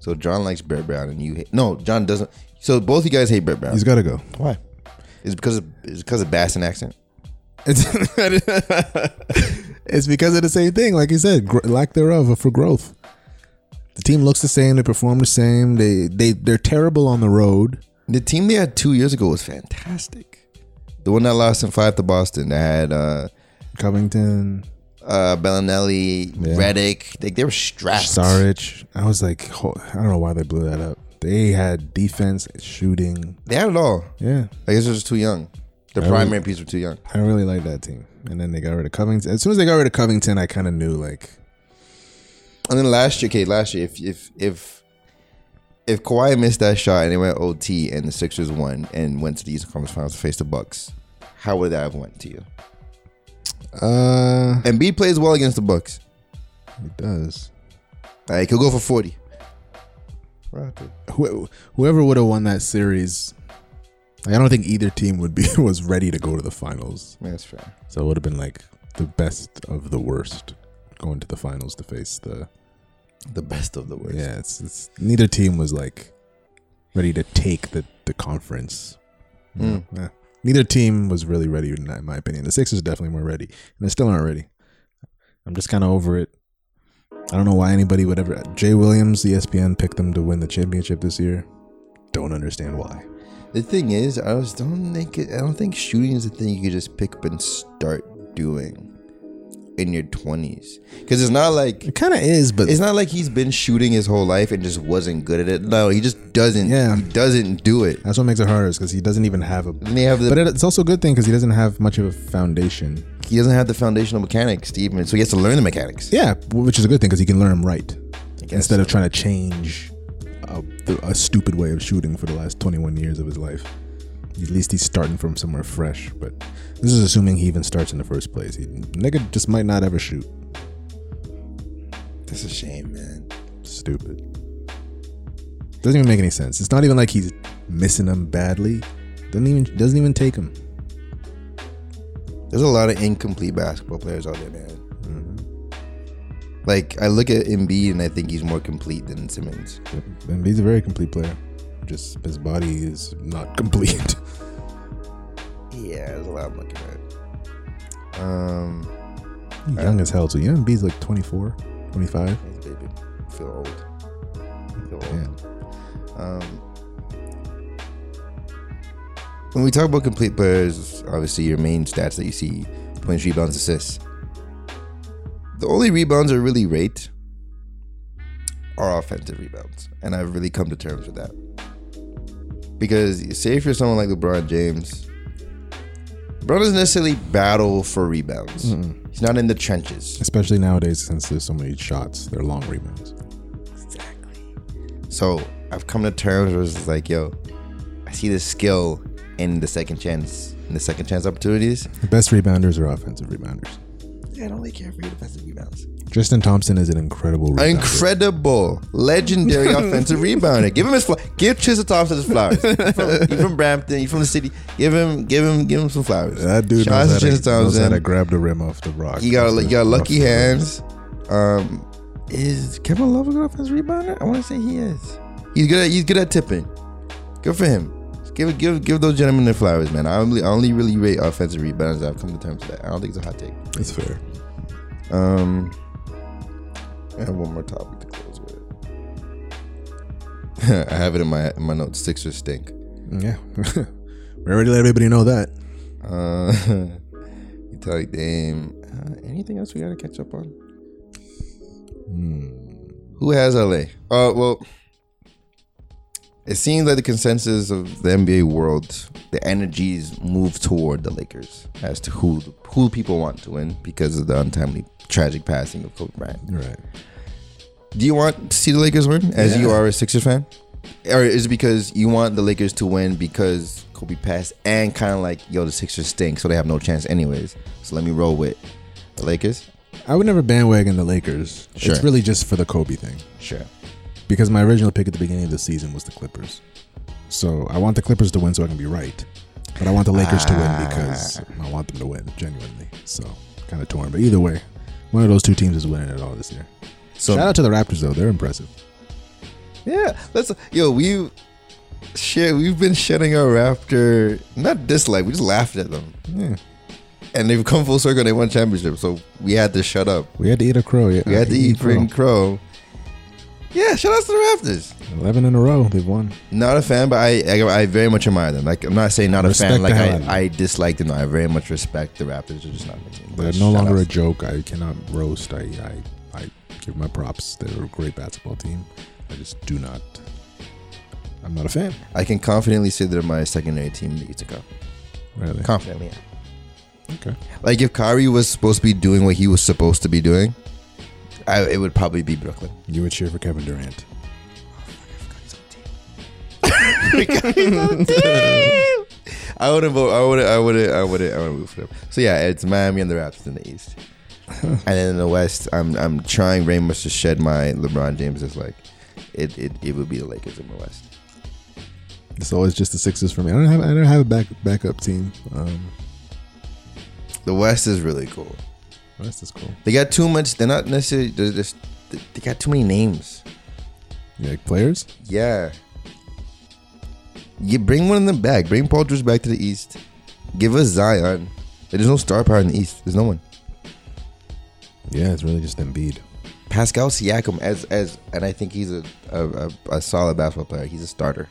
S2: So John likes Brett Brown, and you hate. No, John doesn't. So both you guys hate Brett Brown.
S1: He's got to go.
S2: Why? It's because of, it's because of Bassin accent.
S1: It's, it's because of the same thing, like you said, gr- lack thereof for growth. The team looks the same. They perform the same. They they they're terrible on the road.
S2: The team they had two years ago was fantastic. The one that lost in five to Boston, that had uh,
S1: Covington,
S2: uh, Bellinelli, Reddick. Like they were strapped.
S1: Saric. I was like, ho- I don't know why they blew that up. They had defense, shooting.
S2: They had it all.
S1: Yeah,
S2: I guess they're just too young. The primary piece were too young.
S1: I really like that team. And then they got rid of Covington. As soon as they got rid of Covington, I kind of knew like
S2: And then last year, Kate, last year, if if if if Kawhi missed that shot and they went OT and the Sixers won and went to the Eastern Conference Finals to face the Bucks, how would that have went to you?
S1: Uh,
S2: And B plays well against the Bucks.
S1: it does.
S2: Like he'll go for forty.
S1: Who- Whoever would have won that series, like, I don't think either team would be was ready to go to the finals.
S2: That's fair.
S1: So it would have been like the best of the worst going to the finals to face the.
S2: The best of the worst.
S1: Yeah, it's, it's neither team was like ready to take the the conference. You know, yeah. Neither team was really ready, in my- in my opinion. The Sixers definitely weren't ready, and they still aren't ready. I'm just kind of over it. I don't know why anybody would ever. Jay Williams, E ESPN picked them to win the championship this year. Don't understand why.
S2: The thing is, I just don't think it, I don't think shooting is a thing you could just pick up and start doing in your twenties. Because it's not like
S1: It kind of is, but
S2: it's not like he's been shooting his whole life and just wasn't good at it. No, he just doesn't.
S1: Yeah.
S2: he doesn't do it.
S1: that's what makes it harder, is because he doesn't even have a.
S2: And they have the
S1: But it- it's also a good thing because he doesn't have much of a foundation.
S2: he doesn't have the foundational mechanics to even so he has to learn the mechanics.
S1: Yeah, which is a good thing because he can learn them right
S2: guess
S1: instead of trying to change a, the- a stupid way of shooting for the last 21 years of his life. At least he's starting from somewhere fresh. But this is assuming he even starts in the first place. He nigga just might not ever shoot.
S2: That's a shame, man.
S1: Stupid. Doesn't even make any sense. It's not even like he's missing them badly. Doesn't even doesn't even take him.
S2: There's a lot of incomplete basketball players out there, man. Like I look at Embiid and I think he's more complete than Simmons.
S1: And he's a very complete player. Just his body is not complete.
S2: Yeah, there's a lot I'm looking at. Um,
S1: He's young as hell too. You know, B's like 24, 25.
S2: he's a baby. Feel old. Feel old.
S1: Yeah.
S2: Um, when we talk about complete players, obviously your main stats that you see points, rebounds, assists. The only rebounds I really rate are offensive rebounds, and I've really come to terms with that. Because say if you're someone like LeBron James, LeBron doesn't necessarily battle for rebounds. He's not in the trenches.
S1: Especially nowadays, since there's so many shots, they're long rebounds.
S2: So I've come to terms with it's like, yo, I see the skill in the second chance, in the second chance opportunities.
S1: The best rebounders are offensive rebounders.
S2: I don't really care for your defensive rebounds.
S1: Justin Thompson is an incredible rebounder.
S2: Incredible, legendary offensive rebounder. Give him his flowers. Give Chisel Thompson his flowers. You from, he from Brampton. You from the city. Give him, give him, give him some flowers.
S1: that dude
S2: Shout
S1: knows
S2: out
S1: how,
S2: to
S1: to,
S2: Chisel
S1: knows how to
S2: Thompson.
S1: grab the rim off the rock.
S2: He got, a, he got
S1: Off
S2: lucky
S1: the-
S2: hands. Um, is Kevin Love a good offensive rebounder? I want to say he is. He's good. At, he's good at tipping. Good for him. Give give give those gentlemen their flowers, man. I only I only really rate offensive rebounds. I've come to terms with that. I don't think it's a hot take.
S1: It's fair.
S2: Um, I have one more topic to close with. I have it in my in my notes. Sixers stink.
S1: Yeah. we already let everybody know that.
S2: Uh, you tell like Dame. Uh, anything else we gotta catch up on? Hmm. Who has LA? Uh, well, it seems like the consensus of the NBA world, the energies move toward the Lakers as to who who people want to win because of the untimely tragic passing of Kobe Bryant.
S1: Right.
S2: Do you want to see the Lakers win as you
S1: Yeah.
S2: are a Sixers fan? Or is it because you want the Lakers to win because Kobe passed and kind of like, yo, the Sixers stink, so they have no chance anyways. So let me roll with the Lakers?
S1: I would never bandwagon the Lakers.
S2: Sure.
S1: It's really just for the Kobe thing.
S2: Sure.
S1: Because my original pick at the beginning of the season was the Clippers. So I want the Clippers to win so I can be right. But I want the Lakers to win
S2: Ah.
S1: because I want them to win, genuinely. So kind of torn. But either way, one of those two teams is winning it all this year.
S2: So
S1: Shout out to the Raptors, though. They're impressive.
S2: Yeah, let's. Yo, we shit, we've been shutting our Raptor. Not dislike, we just laughed at them. And they've come full circle. They won championship, so we had to shut up.
S1: We had to eat a crow. Yeah,
S2: We had to eat freaking crow. Yeah, shout outs to the Raptors.
S1: Eleven in a row. They've won.
S2: Not a fan, but I, I I very much admire them. Like I'm not saying not a
S1: Respect
S2: fan. Like
S1: the hell out of
S2: I, I dislike them. I very much respect the Raptors. They're just not. my team.
S1: They're
S2: But
S1: no
S2: shout
S1: longer a
S2: outs.
S1: joke. I cannot roast. I, I I give my props. They're a great basketball team. I just do not. I'm not a fan.
S2: I can confidently say they're my secondary team in the Eastern Cup.
S1: Really.
S2: Confidently.
S1: Okay.
S2: Like if Kyrie was supposed to be doing what he was supposed to be doing, I, it would probably be Brooklyn.
S1: You would cheer for Kevin Durant.
S2: I wouldn't vote. I wouldn't. I wouldn't. I wouldn't. I wouldn't root for them. So yeah, it's Miami and the Raptors in the East, and then in the West, I'm I'm trying very much to shed my LeBron James dislike. It it, it would be the Lakers in the West.
S1: It's always just the Sixers for me. I don't have. I don't have a back backup team. Um,
S2: The West is really cool.
S1: that's just cool.
S2: They got too much. They're not necessarily. They're just, they got too many names.
S1: You like players?
S2: Yeah. You bring one of them back. Bring Paul George back to the East. Give us Zion. There's no star power in the East. There's no one.
S1: Yeah, it's really just Embiid.
S2: Pascal Siakam as as and I think he's a a, a, a solid basketball player. He's a starter.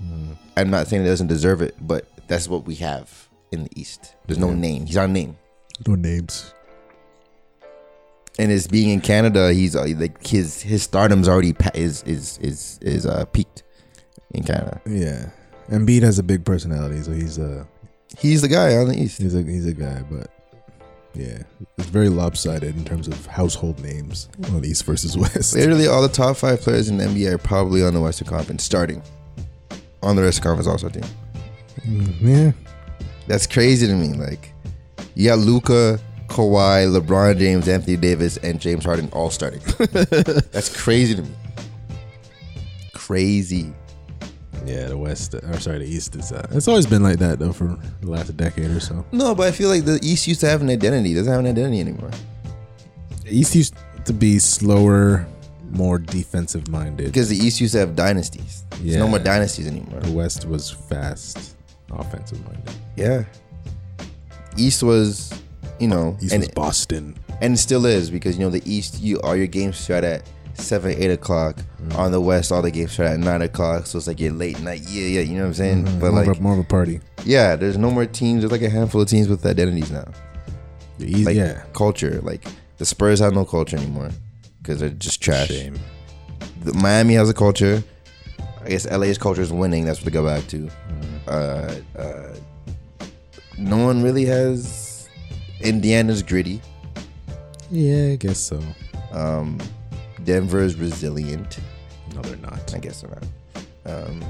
S2: Mm. I'm not saying he doesn't deserve it, but that's what we have in the East. There's no
S1: Yeah.
S2: name. He's our name,
S1: No names.
S2: and it's being in Canada. He's uh, like his his stardom's already pa- is is is is uh, peaked in Canada.
S1: Yeah, Embiid has a big personality, so he's a
S2: He's the guy on the East.
S1: he's a he's a guy. But yeah, it's very lopsided in terms of household names on the East versus West.
S2: Literally, all the top five players in the NBA are probably on the Western Conference, starting on the Western Conference All Star team.
S1: Yeah,
S2: That's crazy to me. Like, you got Luca, Kawhi, LeBron James, Anthony Davis, and James Harden all starting. That's crazy to me. Crazy.
S1: yeah. The West, or sorry, the East is. Uh, it's always been like that though for the last decade or so.
S2: No, but I feel like the East used to have an identity. It doesn't have an identity anymore.
S1: The East used to be slower, more defensive minded.
S2: Because the East used to have dynasties. There's no
S1: Yeah.
S2: more dynasties anymore.
S1: The West was fast, offensive minded.
S2: Yeah. East was, you know,
S1: East
S2: and
S1: was Boston.
S2: and it still is because you know the East, you all your games start at seven, eight o'clock.
S1: Mm.
S2: On the West, all the games start at nine o'clock. So it's like your late night. Yeah, yeah, you know what I'm saying. But
S1: more,
S2: like,
S1: of a, more of a party.
S2: yeah, there's no more teams. There's like a handful of teams with identities now.
S1: The East,
S2: Like
S1: yeah.
S2: culture, like the Spurs have no culture anymore because they're just trash. The- Miami has a culture. I guess LA's culture is winning. That's what they go back to. Uh, uh, no one really has. Indiana's gritty.
S1: Yeah, I guess so.
S2: Um, Denver is resilient.
S1: No, they're not.
S2: I guess not. Um,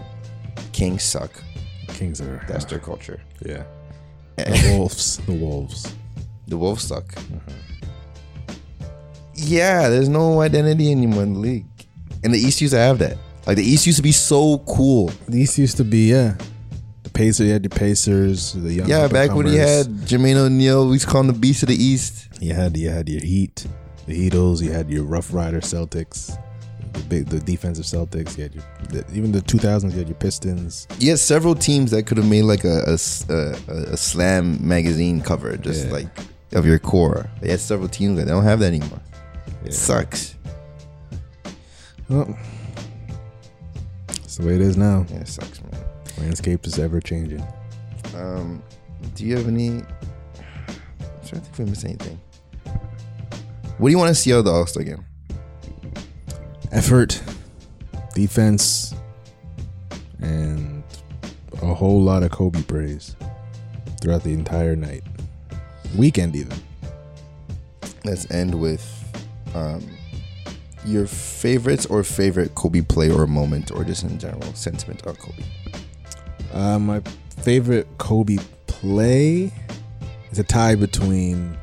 S2: Kings suck.
S1: Kings are. uh,
S2: That's their culture.
S1: yeah. The wolves. The wolves.
S2: The Wolves suck. Yeah, there's no identity anymore in the league. And the East used to have that. Like the East used to be so cool.
S1: The East used to be yeah. The Pacers. You had the Pacers. The young.
S2: Yeah, back when you
S1: up-and-comers.
S2: had Jermaine O'Neal, we used to call him the Beast of the East.
S1: you had you had your Heat, the Heatles. You had your Rough Rider Celtics. The big the defensive Celtics. You had your the, even the 2000s. You had your Pistons.
S2: You had several teams that could have made like a, a s- a- a- a slam magazine cover, just
S1: Yeah.
S2: like of your core. They had several teams that don't have that anymore.
S1: Yeah.
S2: It sucks.
S1: Well, that's the way it is now.
S2: Yeah, it sucks, man.
S1: Landscape is ever changing.
S2: Um, do you have any? I'm trying to think if we missed anything. What do you want to see out of the All Star game?
S1: effort, defense, and a whole lot of Kobe praise throughout the entire night, weekend even.
S2: Let's end with um, your favorites or favorite Kobe play or moment or just in general sentiment on Kobe.
S1: Uh, my favorite Kobe play is a tie between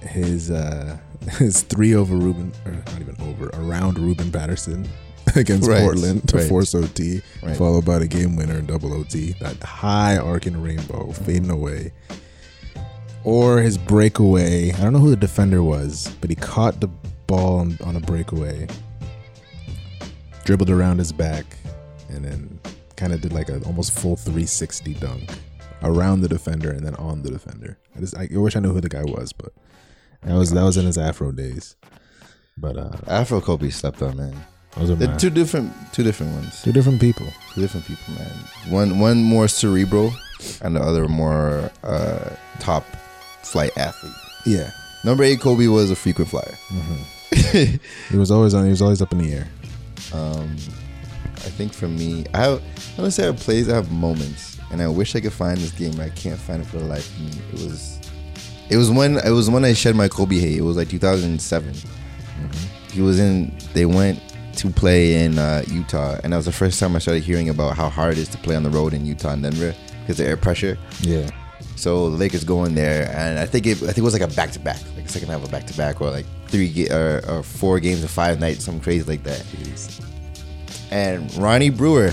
S1: his uh, his three over Ruben, or not even over, around Ruben Patterson against
S2: Right,
S1: Portland to
S2: right.
S1: force OT,
S2: Right.
S1: followed by the game winner in double OT. That high arc and rainbow fading away. Or his breakaway. I don't know who the defender was, but he caught the ball on, on a breakaway, dribbled around his back, and then kind of did like an almost full 360 dunk around the defender and then on the defender. I just I wish I knew who the guy was, but that was that was in his Afro days. But uh,
S2: Afro Kobe slept on, man.
S1: those are
S2: They're
S1: my-
S2: Uh, two different, two different ones.
S1: two different people.
S2: Two different people, man. One, one more cerebral, and the other more uh, top flight athlete.
S1: Yeah,
S2: Number eight, Kobe was a frequent flyer.
S1: he was always on. He was always up in the air.
S2: Um, I think for me, I have, I don't say I have plays, I have moments, and I wish I could find this game. I can't find it for the life of me. It was, it was when it was when I shed my Kobe hate. It was like 2007. He was in. They went to play in uh, Utah, and that was the first time I started hearing about how hard it is to play on the road in Utah and Denver because the air pressure.
S1: Yeah,
S2: So the Lakers go in there, and I think it, I think it was like a back to back, like a second half of back to back, or like three ga- or, or four games in five nights, something crazy like that. And Ronnie Brewer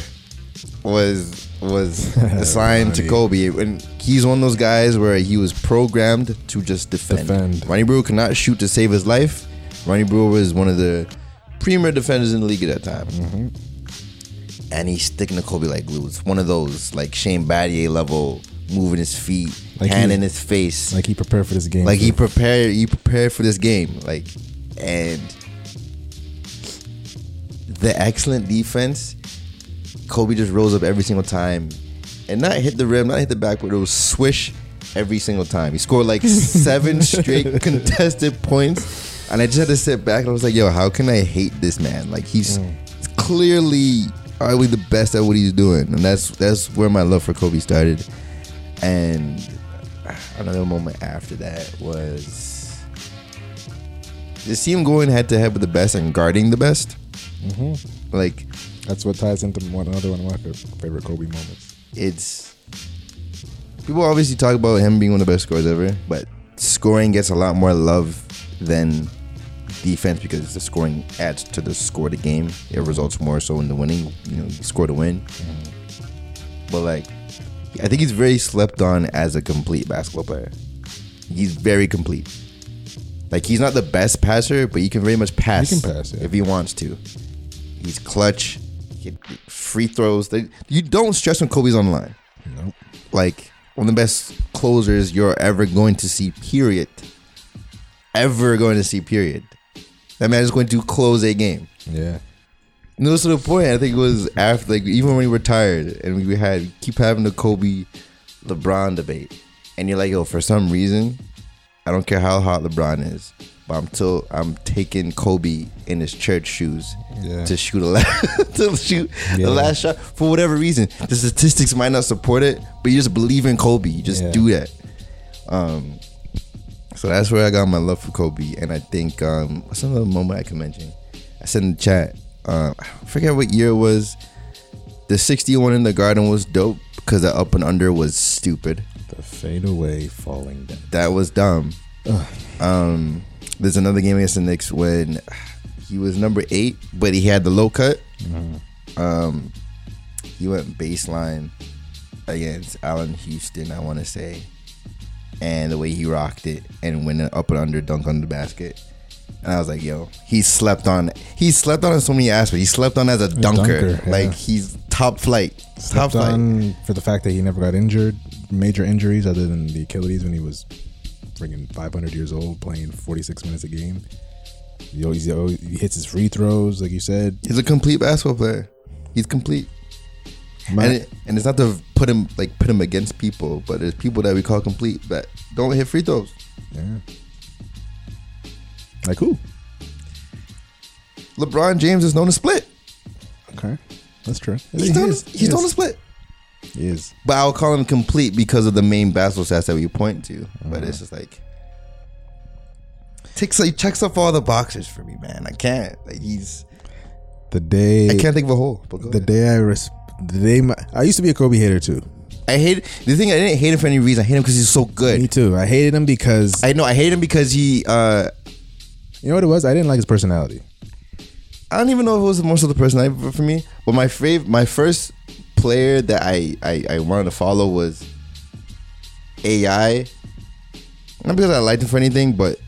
S2: was was assigned to
S1: Ronnie.
S2: Kobe, and he's one of those guys where he was programmed to just defend.
S1: Defend.
S2: Ronnie Brewer could not shoot to save his life. Ronnie Brewer was one of the premier defenders in the league at that time
S1: Mm-hmm.
S2: and he's sticking to Kobe like glue. It's one of those like Shane Battier level, moving his feet,
S1: Like
S2: hand
S1: he-
S2: in his face, like,
S1: like he prepared for this game.
S2: he prepared, he prepared for this game, like, and the excellent defense. Kobe just rose up every single time, and not hit the rim, not hit the backboard. It was swish every single time. He scored like seven straight contested points, and I just had to sit back and I was like, "Yo, how can I hate this man? Like he's clearly arguably the best at what he's doing, and that's that's where my love for Kobe started. And another moment after that was to see him going head to head with the best and guarding the best. Like
S1: That's what ties into one another one of my fa- favorite Kobe moments.
S2: it's people obviously talk about him being one of the best scorers ever, but scoring gets a lot more love than defense because the scoring adds to the score of the game. It results more so in the winning. You know, you score to win. But like, I think he's very slept on as a complete basketball player. He's very complete. Like he's not the best passer, but he can very much pass.
S1: He can pass, yeah.
S2: if he wants to. He's clutch. He- Free throws. They- You don't stress when Kobe's on the line
S1: Nope.
S2: like one of the best closers you're ever going to see, period. Ever going to see, period. That man is going to close a game.
S1: Yeah.
S2: And it was to the point, I think it was after, like, even when he retired and we had, we keep having the Kobe LeBron debate. And you're like, yo, for some reason, I don't care how hot LeBron is, but I'm till I'm taking Kobe in his church shoes
S1: Yeah.
S2: to shoot a last to shoot
S1: Yeah.
S2: the last shot for whatever reason. The statistics might not support it, but you just believe in Kobe. You just
S1: Yeah.
S2: do that. Um, so that's where I got my love for Kobe, and I think um, what's another moment I can mention? I said in the chat, uh, I forget what year it was. The '61 in the Garden was dope because the up and under was stupid.
S1: The fadeaway falling down.
S2: That was dumb. Um, there's another game against the Knicks when he was number eight, but he had the low cut.
S1: Mm-hmm.
S2: Um, he went baseline against Allen Houston, I want to say, and the way he rocked it and went an up and under dunk on the basket. And I was like, yo, he slept on. He slept on in so many aspects. He slept on as a dunker.
S1: dunker, yeah.
S2: Like he's top flight. top
S1: Slept
S2: flight.
S1: on for the fact that he never got injured, major injuries other than the Achilles when he was friggin' 500 years old, playing 46 minutes a game. He always, he always- he hits his free throws, like you said.
S2: He's a complete basketball player. He's complete.
S1: My-
S2: and, it, and it's not to put him like put him against people, but there's people that we call complete that don't hit free throws.
S1: yeah. Like who?
S2: LeBron James is known to split.
S1: Okay, that's true.
S2: He's
S1: He
S2: known,
S1: is.
S2: he's
S1: He
S2: known to
S1: is.
S2: split.
S1: He is.
S2: But I'll call him complete because of the main basketball stats that we point to.
S1: Uh-huh.
S2: But it's just like ticks like checks off all the boxes for me, man. I can't. Like he's
S1: The day
S2: I can't think of a hole. But go
S1: the
S2: ahead.
S1: day I res- the day my, I used to be a Kobe hater too.
S2: I hate the thing. I didn't hate him for any reason. I hate him because he's so
S1: Me
S2: good.
S1: too. I hated him because
S2: I know. I hate him because he. uh
S1: you know what it was. I didn't like his personality.
S2: I don't even know if it was more so the personality for- for me, but my fav- my first player that I, I I wanted to follow was AI. Not because I liked him for anything, but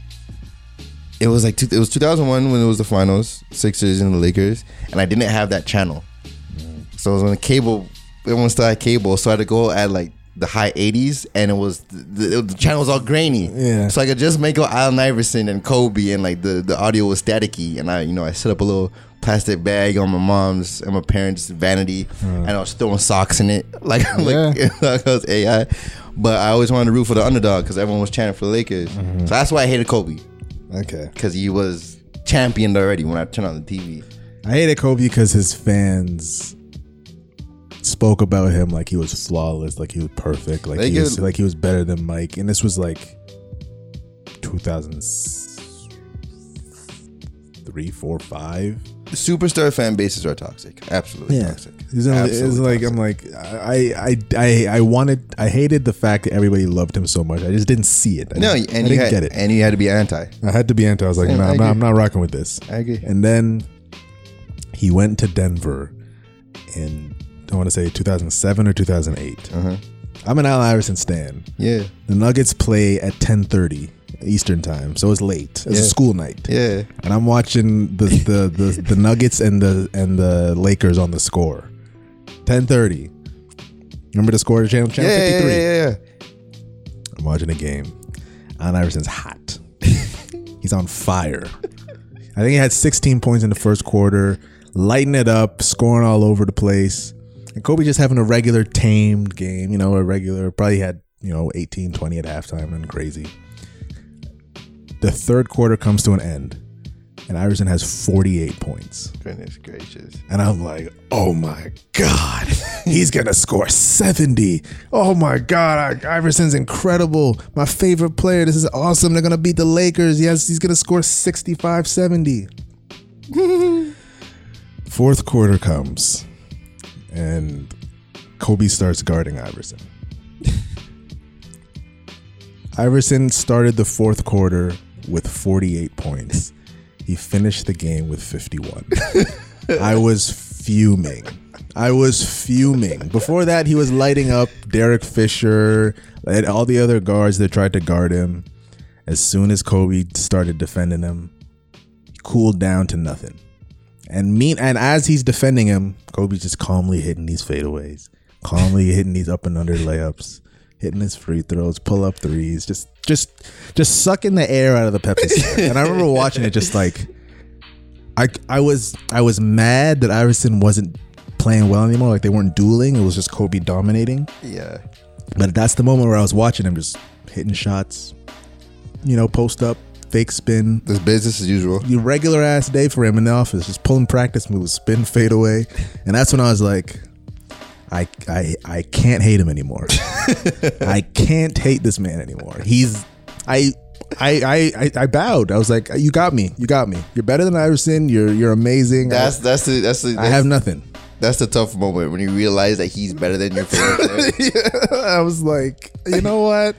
S2: it was like two, it was 2001 when it was the finals, Sixers and the Lakers, and I didn't have that channel. So it was when the cable everyone still had cable, so I had to go at like the high 80s, and it was the, the channel was all grainy.
S1: Yeah.
S2: So I could just make out Allen Iverson and Kobe, and like the the audio was staticky, and I you know I set up a little plastic bag on my mom's and my parents' vanity, and I was throwing socks in it, like like,
S1: Hmm. Yeah.
S2: like I was AI. But I always wanted to root for the underdog because everyone was chanting for the Lakers.
S1: Mm-hmm.
S2: So that's why I hated Kobe
S1: Okay.
S2: because he was championed already when I turned on the TV.
S1: I hated Kobe because his fans spoke about him like he was flawless, like he was perfect, like
S2: They
S1: he was,
S2: give-
S1: like he was better than Mike. And this was like 2003, four, five.
S2: superstar fan bases are toxic. Absolutely toxic.
S1: It's, only- it's
S2: Absolutely
S1: like I'm like I, I I I wanted I hated the fact that everybody loved him so much. I just didn't see it. um, I
S2: no,
S1: didn't,
S2: and
S1: I
S2: you
S1: didn't
S2: had,
S1: get it.
S2: and you had to be anti.
S1: I had to be anti. I was like,
S2: Same,
S1: no,
S2: I
S1: I'm not,
S2: agree.
S1: I'm not rocking with this.
S2: I agree.
S1: And then he went to Denver in I want to say 2007 or 2008.
S2: Uh-huh.
S1: I'm an Allen Iverson stan.
S2: Yeah,
S1: The Nuggets play at 10:30 Eastern time, so it's late. It's a
S2: Yeah.
S1: school night,
S2: yeah.
S1: and I'm watching the the, the the Nuggets and the and the Lakers on the score. 10:30. Remember the score? Channel Channel
S2: Yeah, yeah,
S1: 53.
S2: yeah, yeah,
S1: I'm watching a game. Allen Iverson's hot. He's on fire. I think he had 16 points in the first quarter, lighting it up, scoring all over the place. And Kobe just having a regular tamed game, you know, a regular, probably had, you know, 18, 20 at halftime and crazy. The third quarter comes to an end, and Iverson has 48 points.
S2: Goodness gracious.
S1: And I'm like, oh my God, he's going to score 70. Oh my God, I- Iverson's incredible. My favorite player. This is awesome. They're going to beat the Lakers. Yes, he's going to score 65 70. Fourth quarter comes, and Kobe starts guarding Iverson. Iverson started the fourth quarter with 48 points. He finished the game with 51. I was fuming. I was fuming. Before that, he was lighting up Derek Fisher and all the other guards that tried to guard him. As soon as Kobe started defending him, he cooled down to nothing. And mean and as he's defending him, Kobe's just calmly hitting these fadeaways, calmly hitting these up and under layups, hitting his free throws, pull up threes, just just just sucking the air out of the Pepsi. Center. and I remember watching it just like I I was I was mad that Iverson wasn't playing well anymore. Like they weren't dueling. It was just Kobe dominating.
S2: Yeah,
S1: But that's the moment where I was watching him just hitting shots, you know, post up, fake spin,
S2: this business as usual.
S1: your regular ass day for him in the office, just pulling practice moves, spin fade away. And that's when I was like, I I I can't hate him anymore. I can't hate this man anymore. He's I I, I I I bowed. I was like, you got me, you got me. You're better than Iverson. You're you're amazing. I-
S2: That's that's the that's the
S1: I
S2: that's,
S1: have nothing.
S2: that's the tough moment when you realize that he's better than your favorite. player.
S1: I was like, you know what?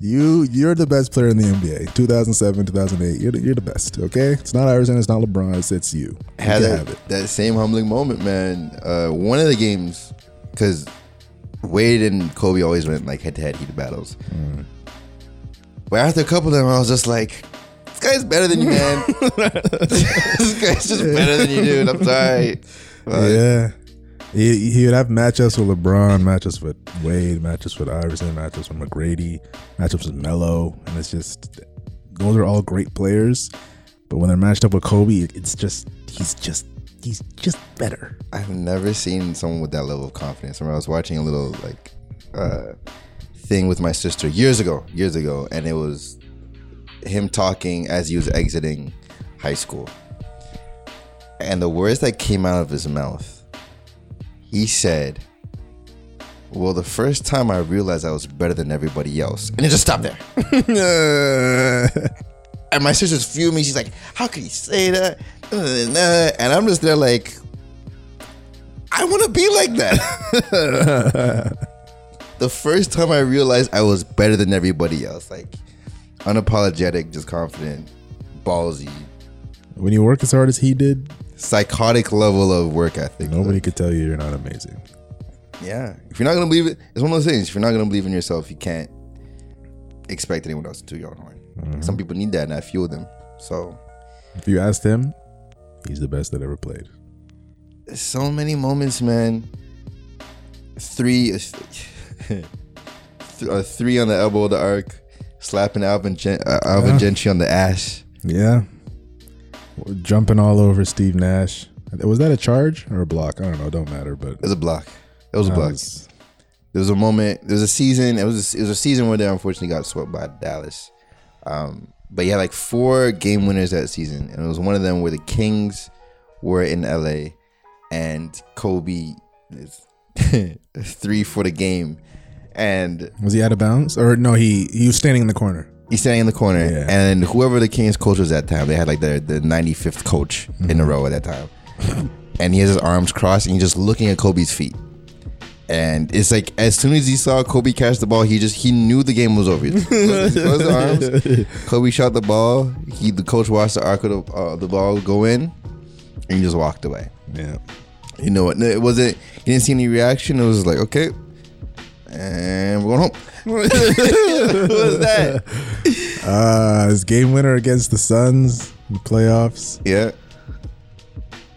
S1: You you're the best player in the NBA. 2007, 2008. You're the, you're the best. Okay, it's not Iverson. It's not LeBron. It's it's you.
S2: I
S1: You can
S2: had that,
S1: have it.
S2: that same humbling moment, man. Uh, one of the games, because Wade and Kobe always went like head to head heat battles. But after a couple of them, I was just like, this guy's better than you, man. this guy's just better than you, dude. I'm sorry. Uh,
S1: yeah. He, he would have matchups with LeBron, matchups with Wade, matchups with Iverson, matchups with McGrady, matchups with Melo, and it's just those are all great players. But when they're matched up with Kobe, it's just he's just he's just better.
S2: I've never seen someone with that level of confidence. I remember I was watching a little like uh, thing with my sister years ago, years ago, and it was him talking as he was exiting high school. And the words that came out of his mouth, he said, Well, the first time I realized I was better than everybody else. And it just stopped there. And my sister's fuming. She's like, How could he say that? And I'm just there like, I want to be like that. the first time I realized I was better than everybody else, like unapologetic, just confident, ballsy,
S1: when you work as hard as he did,
S2: psychotic level of work ethic.
S1: Nobody could tell you you're not amazing.
S2: Yeah. If you're not going to believe it, it's one of those things. If you're not going to believe in yourself, you can't expect anyone else to do your own horn. Some people need that, and I fuel them. So,
S1: If you asked him, he's the best that ever played.
S2: there's so many moments, man. three, th- a three on the elbow of the arc, slapping Alvin Gen- uh, Alvin
S1: Yeah.
S2: Gentry on the ass.
S1: Yeah. We're jumping all over Steve Nash. Was that a charge or a block? I don't know. Don't matter. But
S2: It was a block. It was a
S1: that
S2: block.
S1: was-
S2: There was a moment. There was a season. It was. A, it was a season where they unfortunately got swept by Dallas. Um, but yeah, like four game winners that season, and it was one of them where the Kings were in LA, and Kobe is three for the game, and
S1: was he out of bounds? Or no, he he was standing in the corner.
S2: he's standing in the corner,
S1: Yeah.
S2: and whoever the Kings coach was at that time, they had like their the 95th coach in a row at that time, and he has his arms crossed and he's just looking at Kobe's feet, and it's like as soon as he saw Kobe catch the ball, he just he knew the game was over. He closed the arms, Kobe shot the ball. He the coach watched the arc of the, uh, the ball go in, and he just walked away.
S1: Yeah.
S2: You know what? It wasn't. You didn't see any reaction. It was like okay. And we're going home. what was that?
S1: Uh, his game winner against the Suns in the playoffs.
S2: Yeah.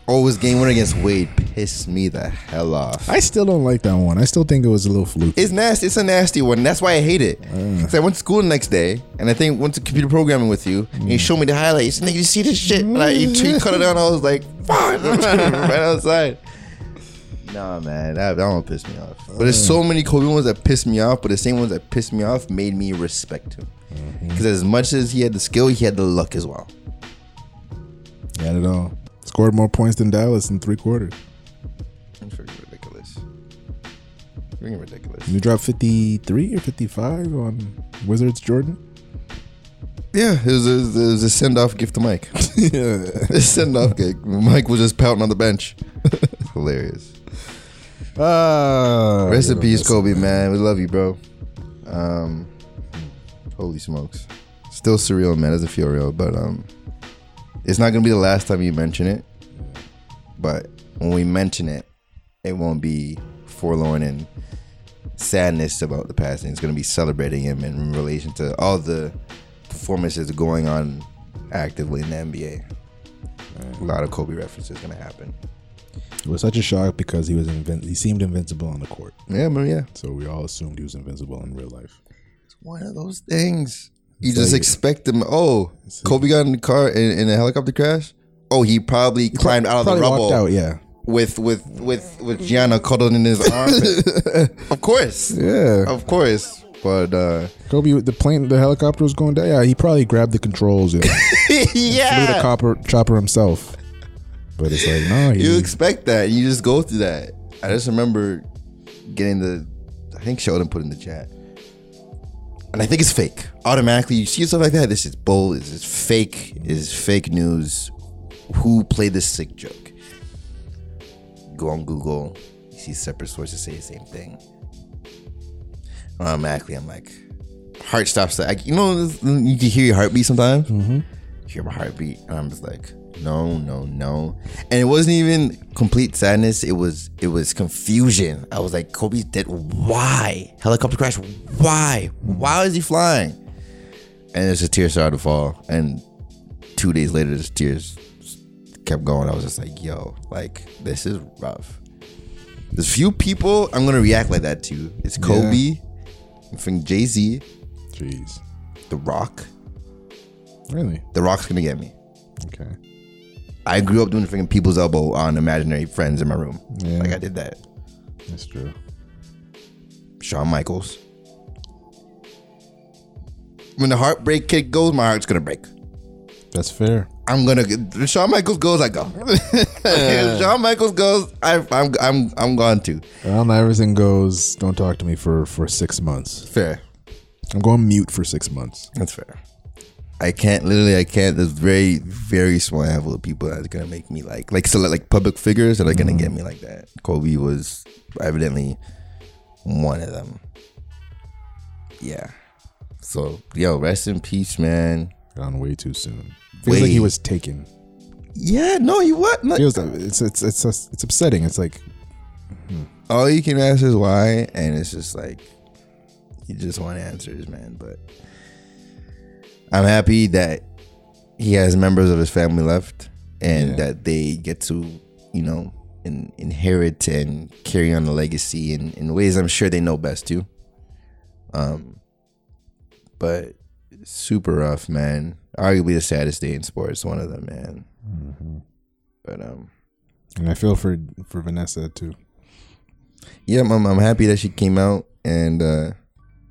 S2: Always game winner against Wade pissed me the hell off.
S1: I still don't like that one. I still think it was a little fluke.
S2: It's nasty. It's a nasty one. That's why I hate it. 'Cause I went to school the next day, and I think went to computer programming with you, and you showed me the highlights. Nigga, you see this shit? Like you, you cut it down. I was like, fuck, right outside. Nah, man, that, that one pissed me off. But there's so many Kobe ones that pissed me off, but the same ones that pissed me off made me respect him. Because as much as he had the skill, he had the luck as well.
S1: He had it all. Scored more points than Dallas in three quarters.
S2: I'm freaking ridiculous. Freaking ridiculous.
S1: You dropped 53 or 55 on Wizards Jordan?
S2: Yeah, it was a, it was a send off gift to Mike.
S1: yeah.
S2: send off gig. Mike was just pouting on the bench. Hilarious.
S1: Uh,
S2: Ah, Rest in peace, Kobe, man. We love you, bro. Um, holy smokes. Still surreal, man. Doesn't feel real, but um, it's not gonna be the last time you mention it. But when we mention it, it won't be forlorn and sadness about the passing. It's gonna be celebrating him in relation to all the performances going on actively in the NBA. A lot of Kobe references gonna happen.
S1: It was such a shock because he was invin- he seemed invincible on the court.
S2: Yeah, man. Yeah.
S1: So we all assumed he was invincible in real life.
S2: one of those things. You
S1: It's
S2: just
S1: like-
S2: expect them. Oh, Kobe got in the car in, in a helicopter crash. Oh, he probably climbed out of the
S1: Probably walked
S2: rubble
S1: out, yeah.
S2: with with with with Gianna cuddled in his armpit. of course,
S1: Yeah.
S2: of course. But uh,
S1: Kobe, the plane, the helicopter was going down. Yeah, he probably grabbed the controls and flew the
S2: yeah,
S1: copper chopper himself. But it's like, no, he,
S2: you expect that. You just go through that. I just remember getting the. I think Sheldon put in the chat, and I think it's fake. Automatically, you see stuff like that. This is bull. This is fake. This is fake news. who played this sick joke. Go on Google, you see separate sources say the same thing. Automatically, I'm like, heart stops. Like, you know, you can hear your heartbeat sometimes. Mm-hmm. Hear my heartbeat, and I'm just like, no, no, no. And it wasn't even complete sadness. It was, it was confusion. I was like, Kobe dead. Why helicopter crash? Why? Why is he flying? And there's a tear started to fall, and two days later, this tears kept going. I was just like, yo, like this is rough. There's few people I'm gonna react like that to. It's Kobe, I think Jay Z,
S1: jeez,
S2: The Rock.
S1: really?
S2: The Rock's gonna get me.
S1: Okay,
S2: I grew up doing freaking people's elbow on imaginary friends in my room.
S1: Yeah.
S2: Like I did that.
S1: that's true.
S2: Shawn Michaels. When the heartbreak kid goes, my heart's gonna break.
S1: That's fair.
S2: I'm gonna get Shawn Michaels goes, I go. If Shawn Michaels goes, I, I'm I'm I'm gone too.
S1: Allen Iverson goes, don't talk to me for for six months.
S2: Fair.
S1: I'm going mute for six months.
S2: That's fair. I can't literally. I can't. There's very, very small handful of people that's gonna make me like, like, so like public figures that are gonna get me like that. Kobe was evidently one of them. Yeah. So yo, rest in peace, man.
S1: Gone way too soon. Feels like
S2: Way.
S1: he was taken.
S2: Yeah. No, you what? No,
S1: Feels it's it's it's it's upsetting. It's like
S2: all you can ask is why, and it's just like you just want answers, man. But I'm happy that he has members of his family left, and
S1: Yeah.
S2: that they get to, you know, and inherit and carry on the legacy in, in ways I'm sure they know best too. Um, but super rough, man. Arguably the saddest day in sports, one of them, man. But um,
S1: And I feel for for Vanessa too.
S2: yeah, I'm, I'm happy that she came out and uh,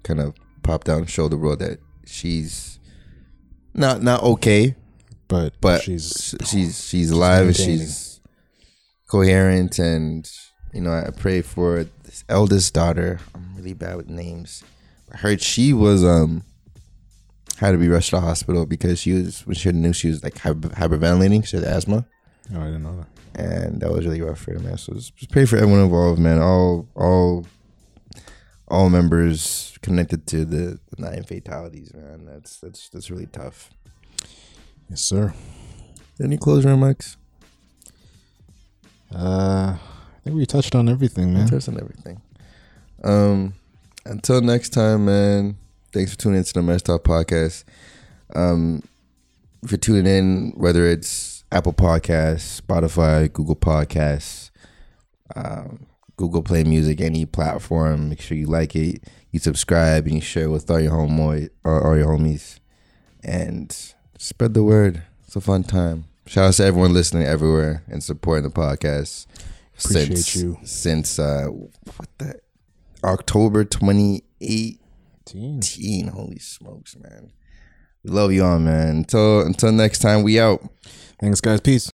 S2: kind of popped out and showed the world that she's not not okay,
S1: But
S2: but
S1: she's
S2: she's she's she's alive and
S1: maintaining.
S2: she's coherent and you know I pray for this eldest daughter. I'm really bad with names. I heard she was um had to be rushed to the hospital because she was when she knew she was like hyper- hyperventilating. She had asthma
S1: oh, I didn't know that.
S2: and that was really rough for him, man. So just just pray for everyone involved, man. All all all members connected to the, the nine fatalities, man. That's that's that's really tough.
S1: Yes, sir.
S2: Any closing remarks?
S1: Uh, I think we touched on everything, man.
S2: Touched on everything. Um, until next time, man. Thanks for tuning into the Mess Talk podcast. Um, if you're tuning in, whether it's Apple Podcasts, Spotify, Google Podcasts, um, Google Play Music, any platform, make sure you like it, you subscribe, and you share with all your homo- or all your homies, and spread the word. It's a fun time. Shout out to everyone listening everywhere and supporting the podcast.
S1: Appreciate
S2: since,
S1: you.
S2: Since uh, what the October 28th.
S1: Team.
S2: 18. Holy smokes, man. We love you all, man. Until until next time, we out.
S1: Thanks, guys. Peace.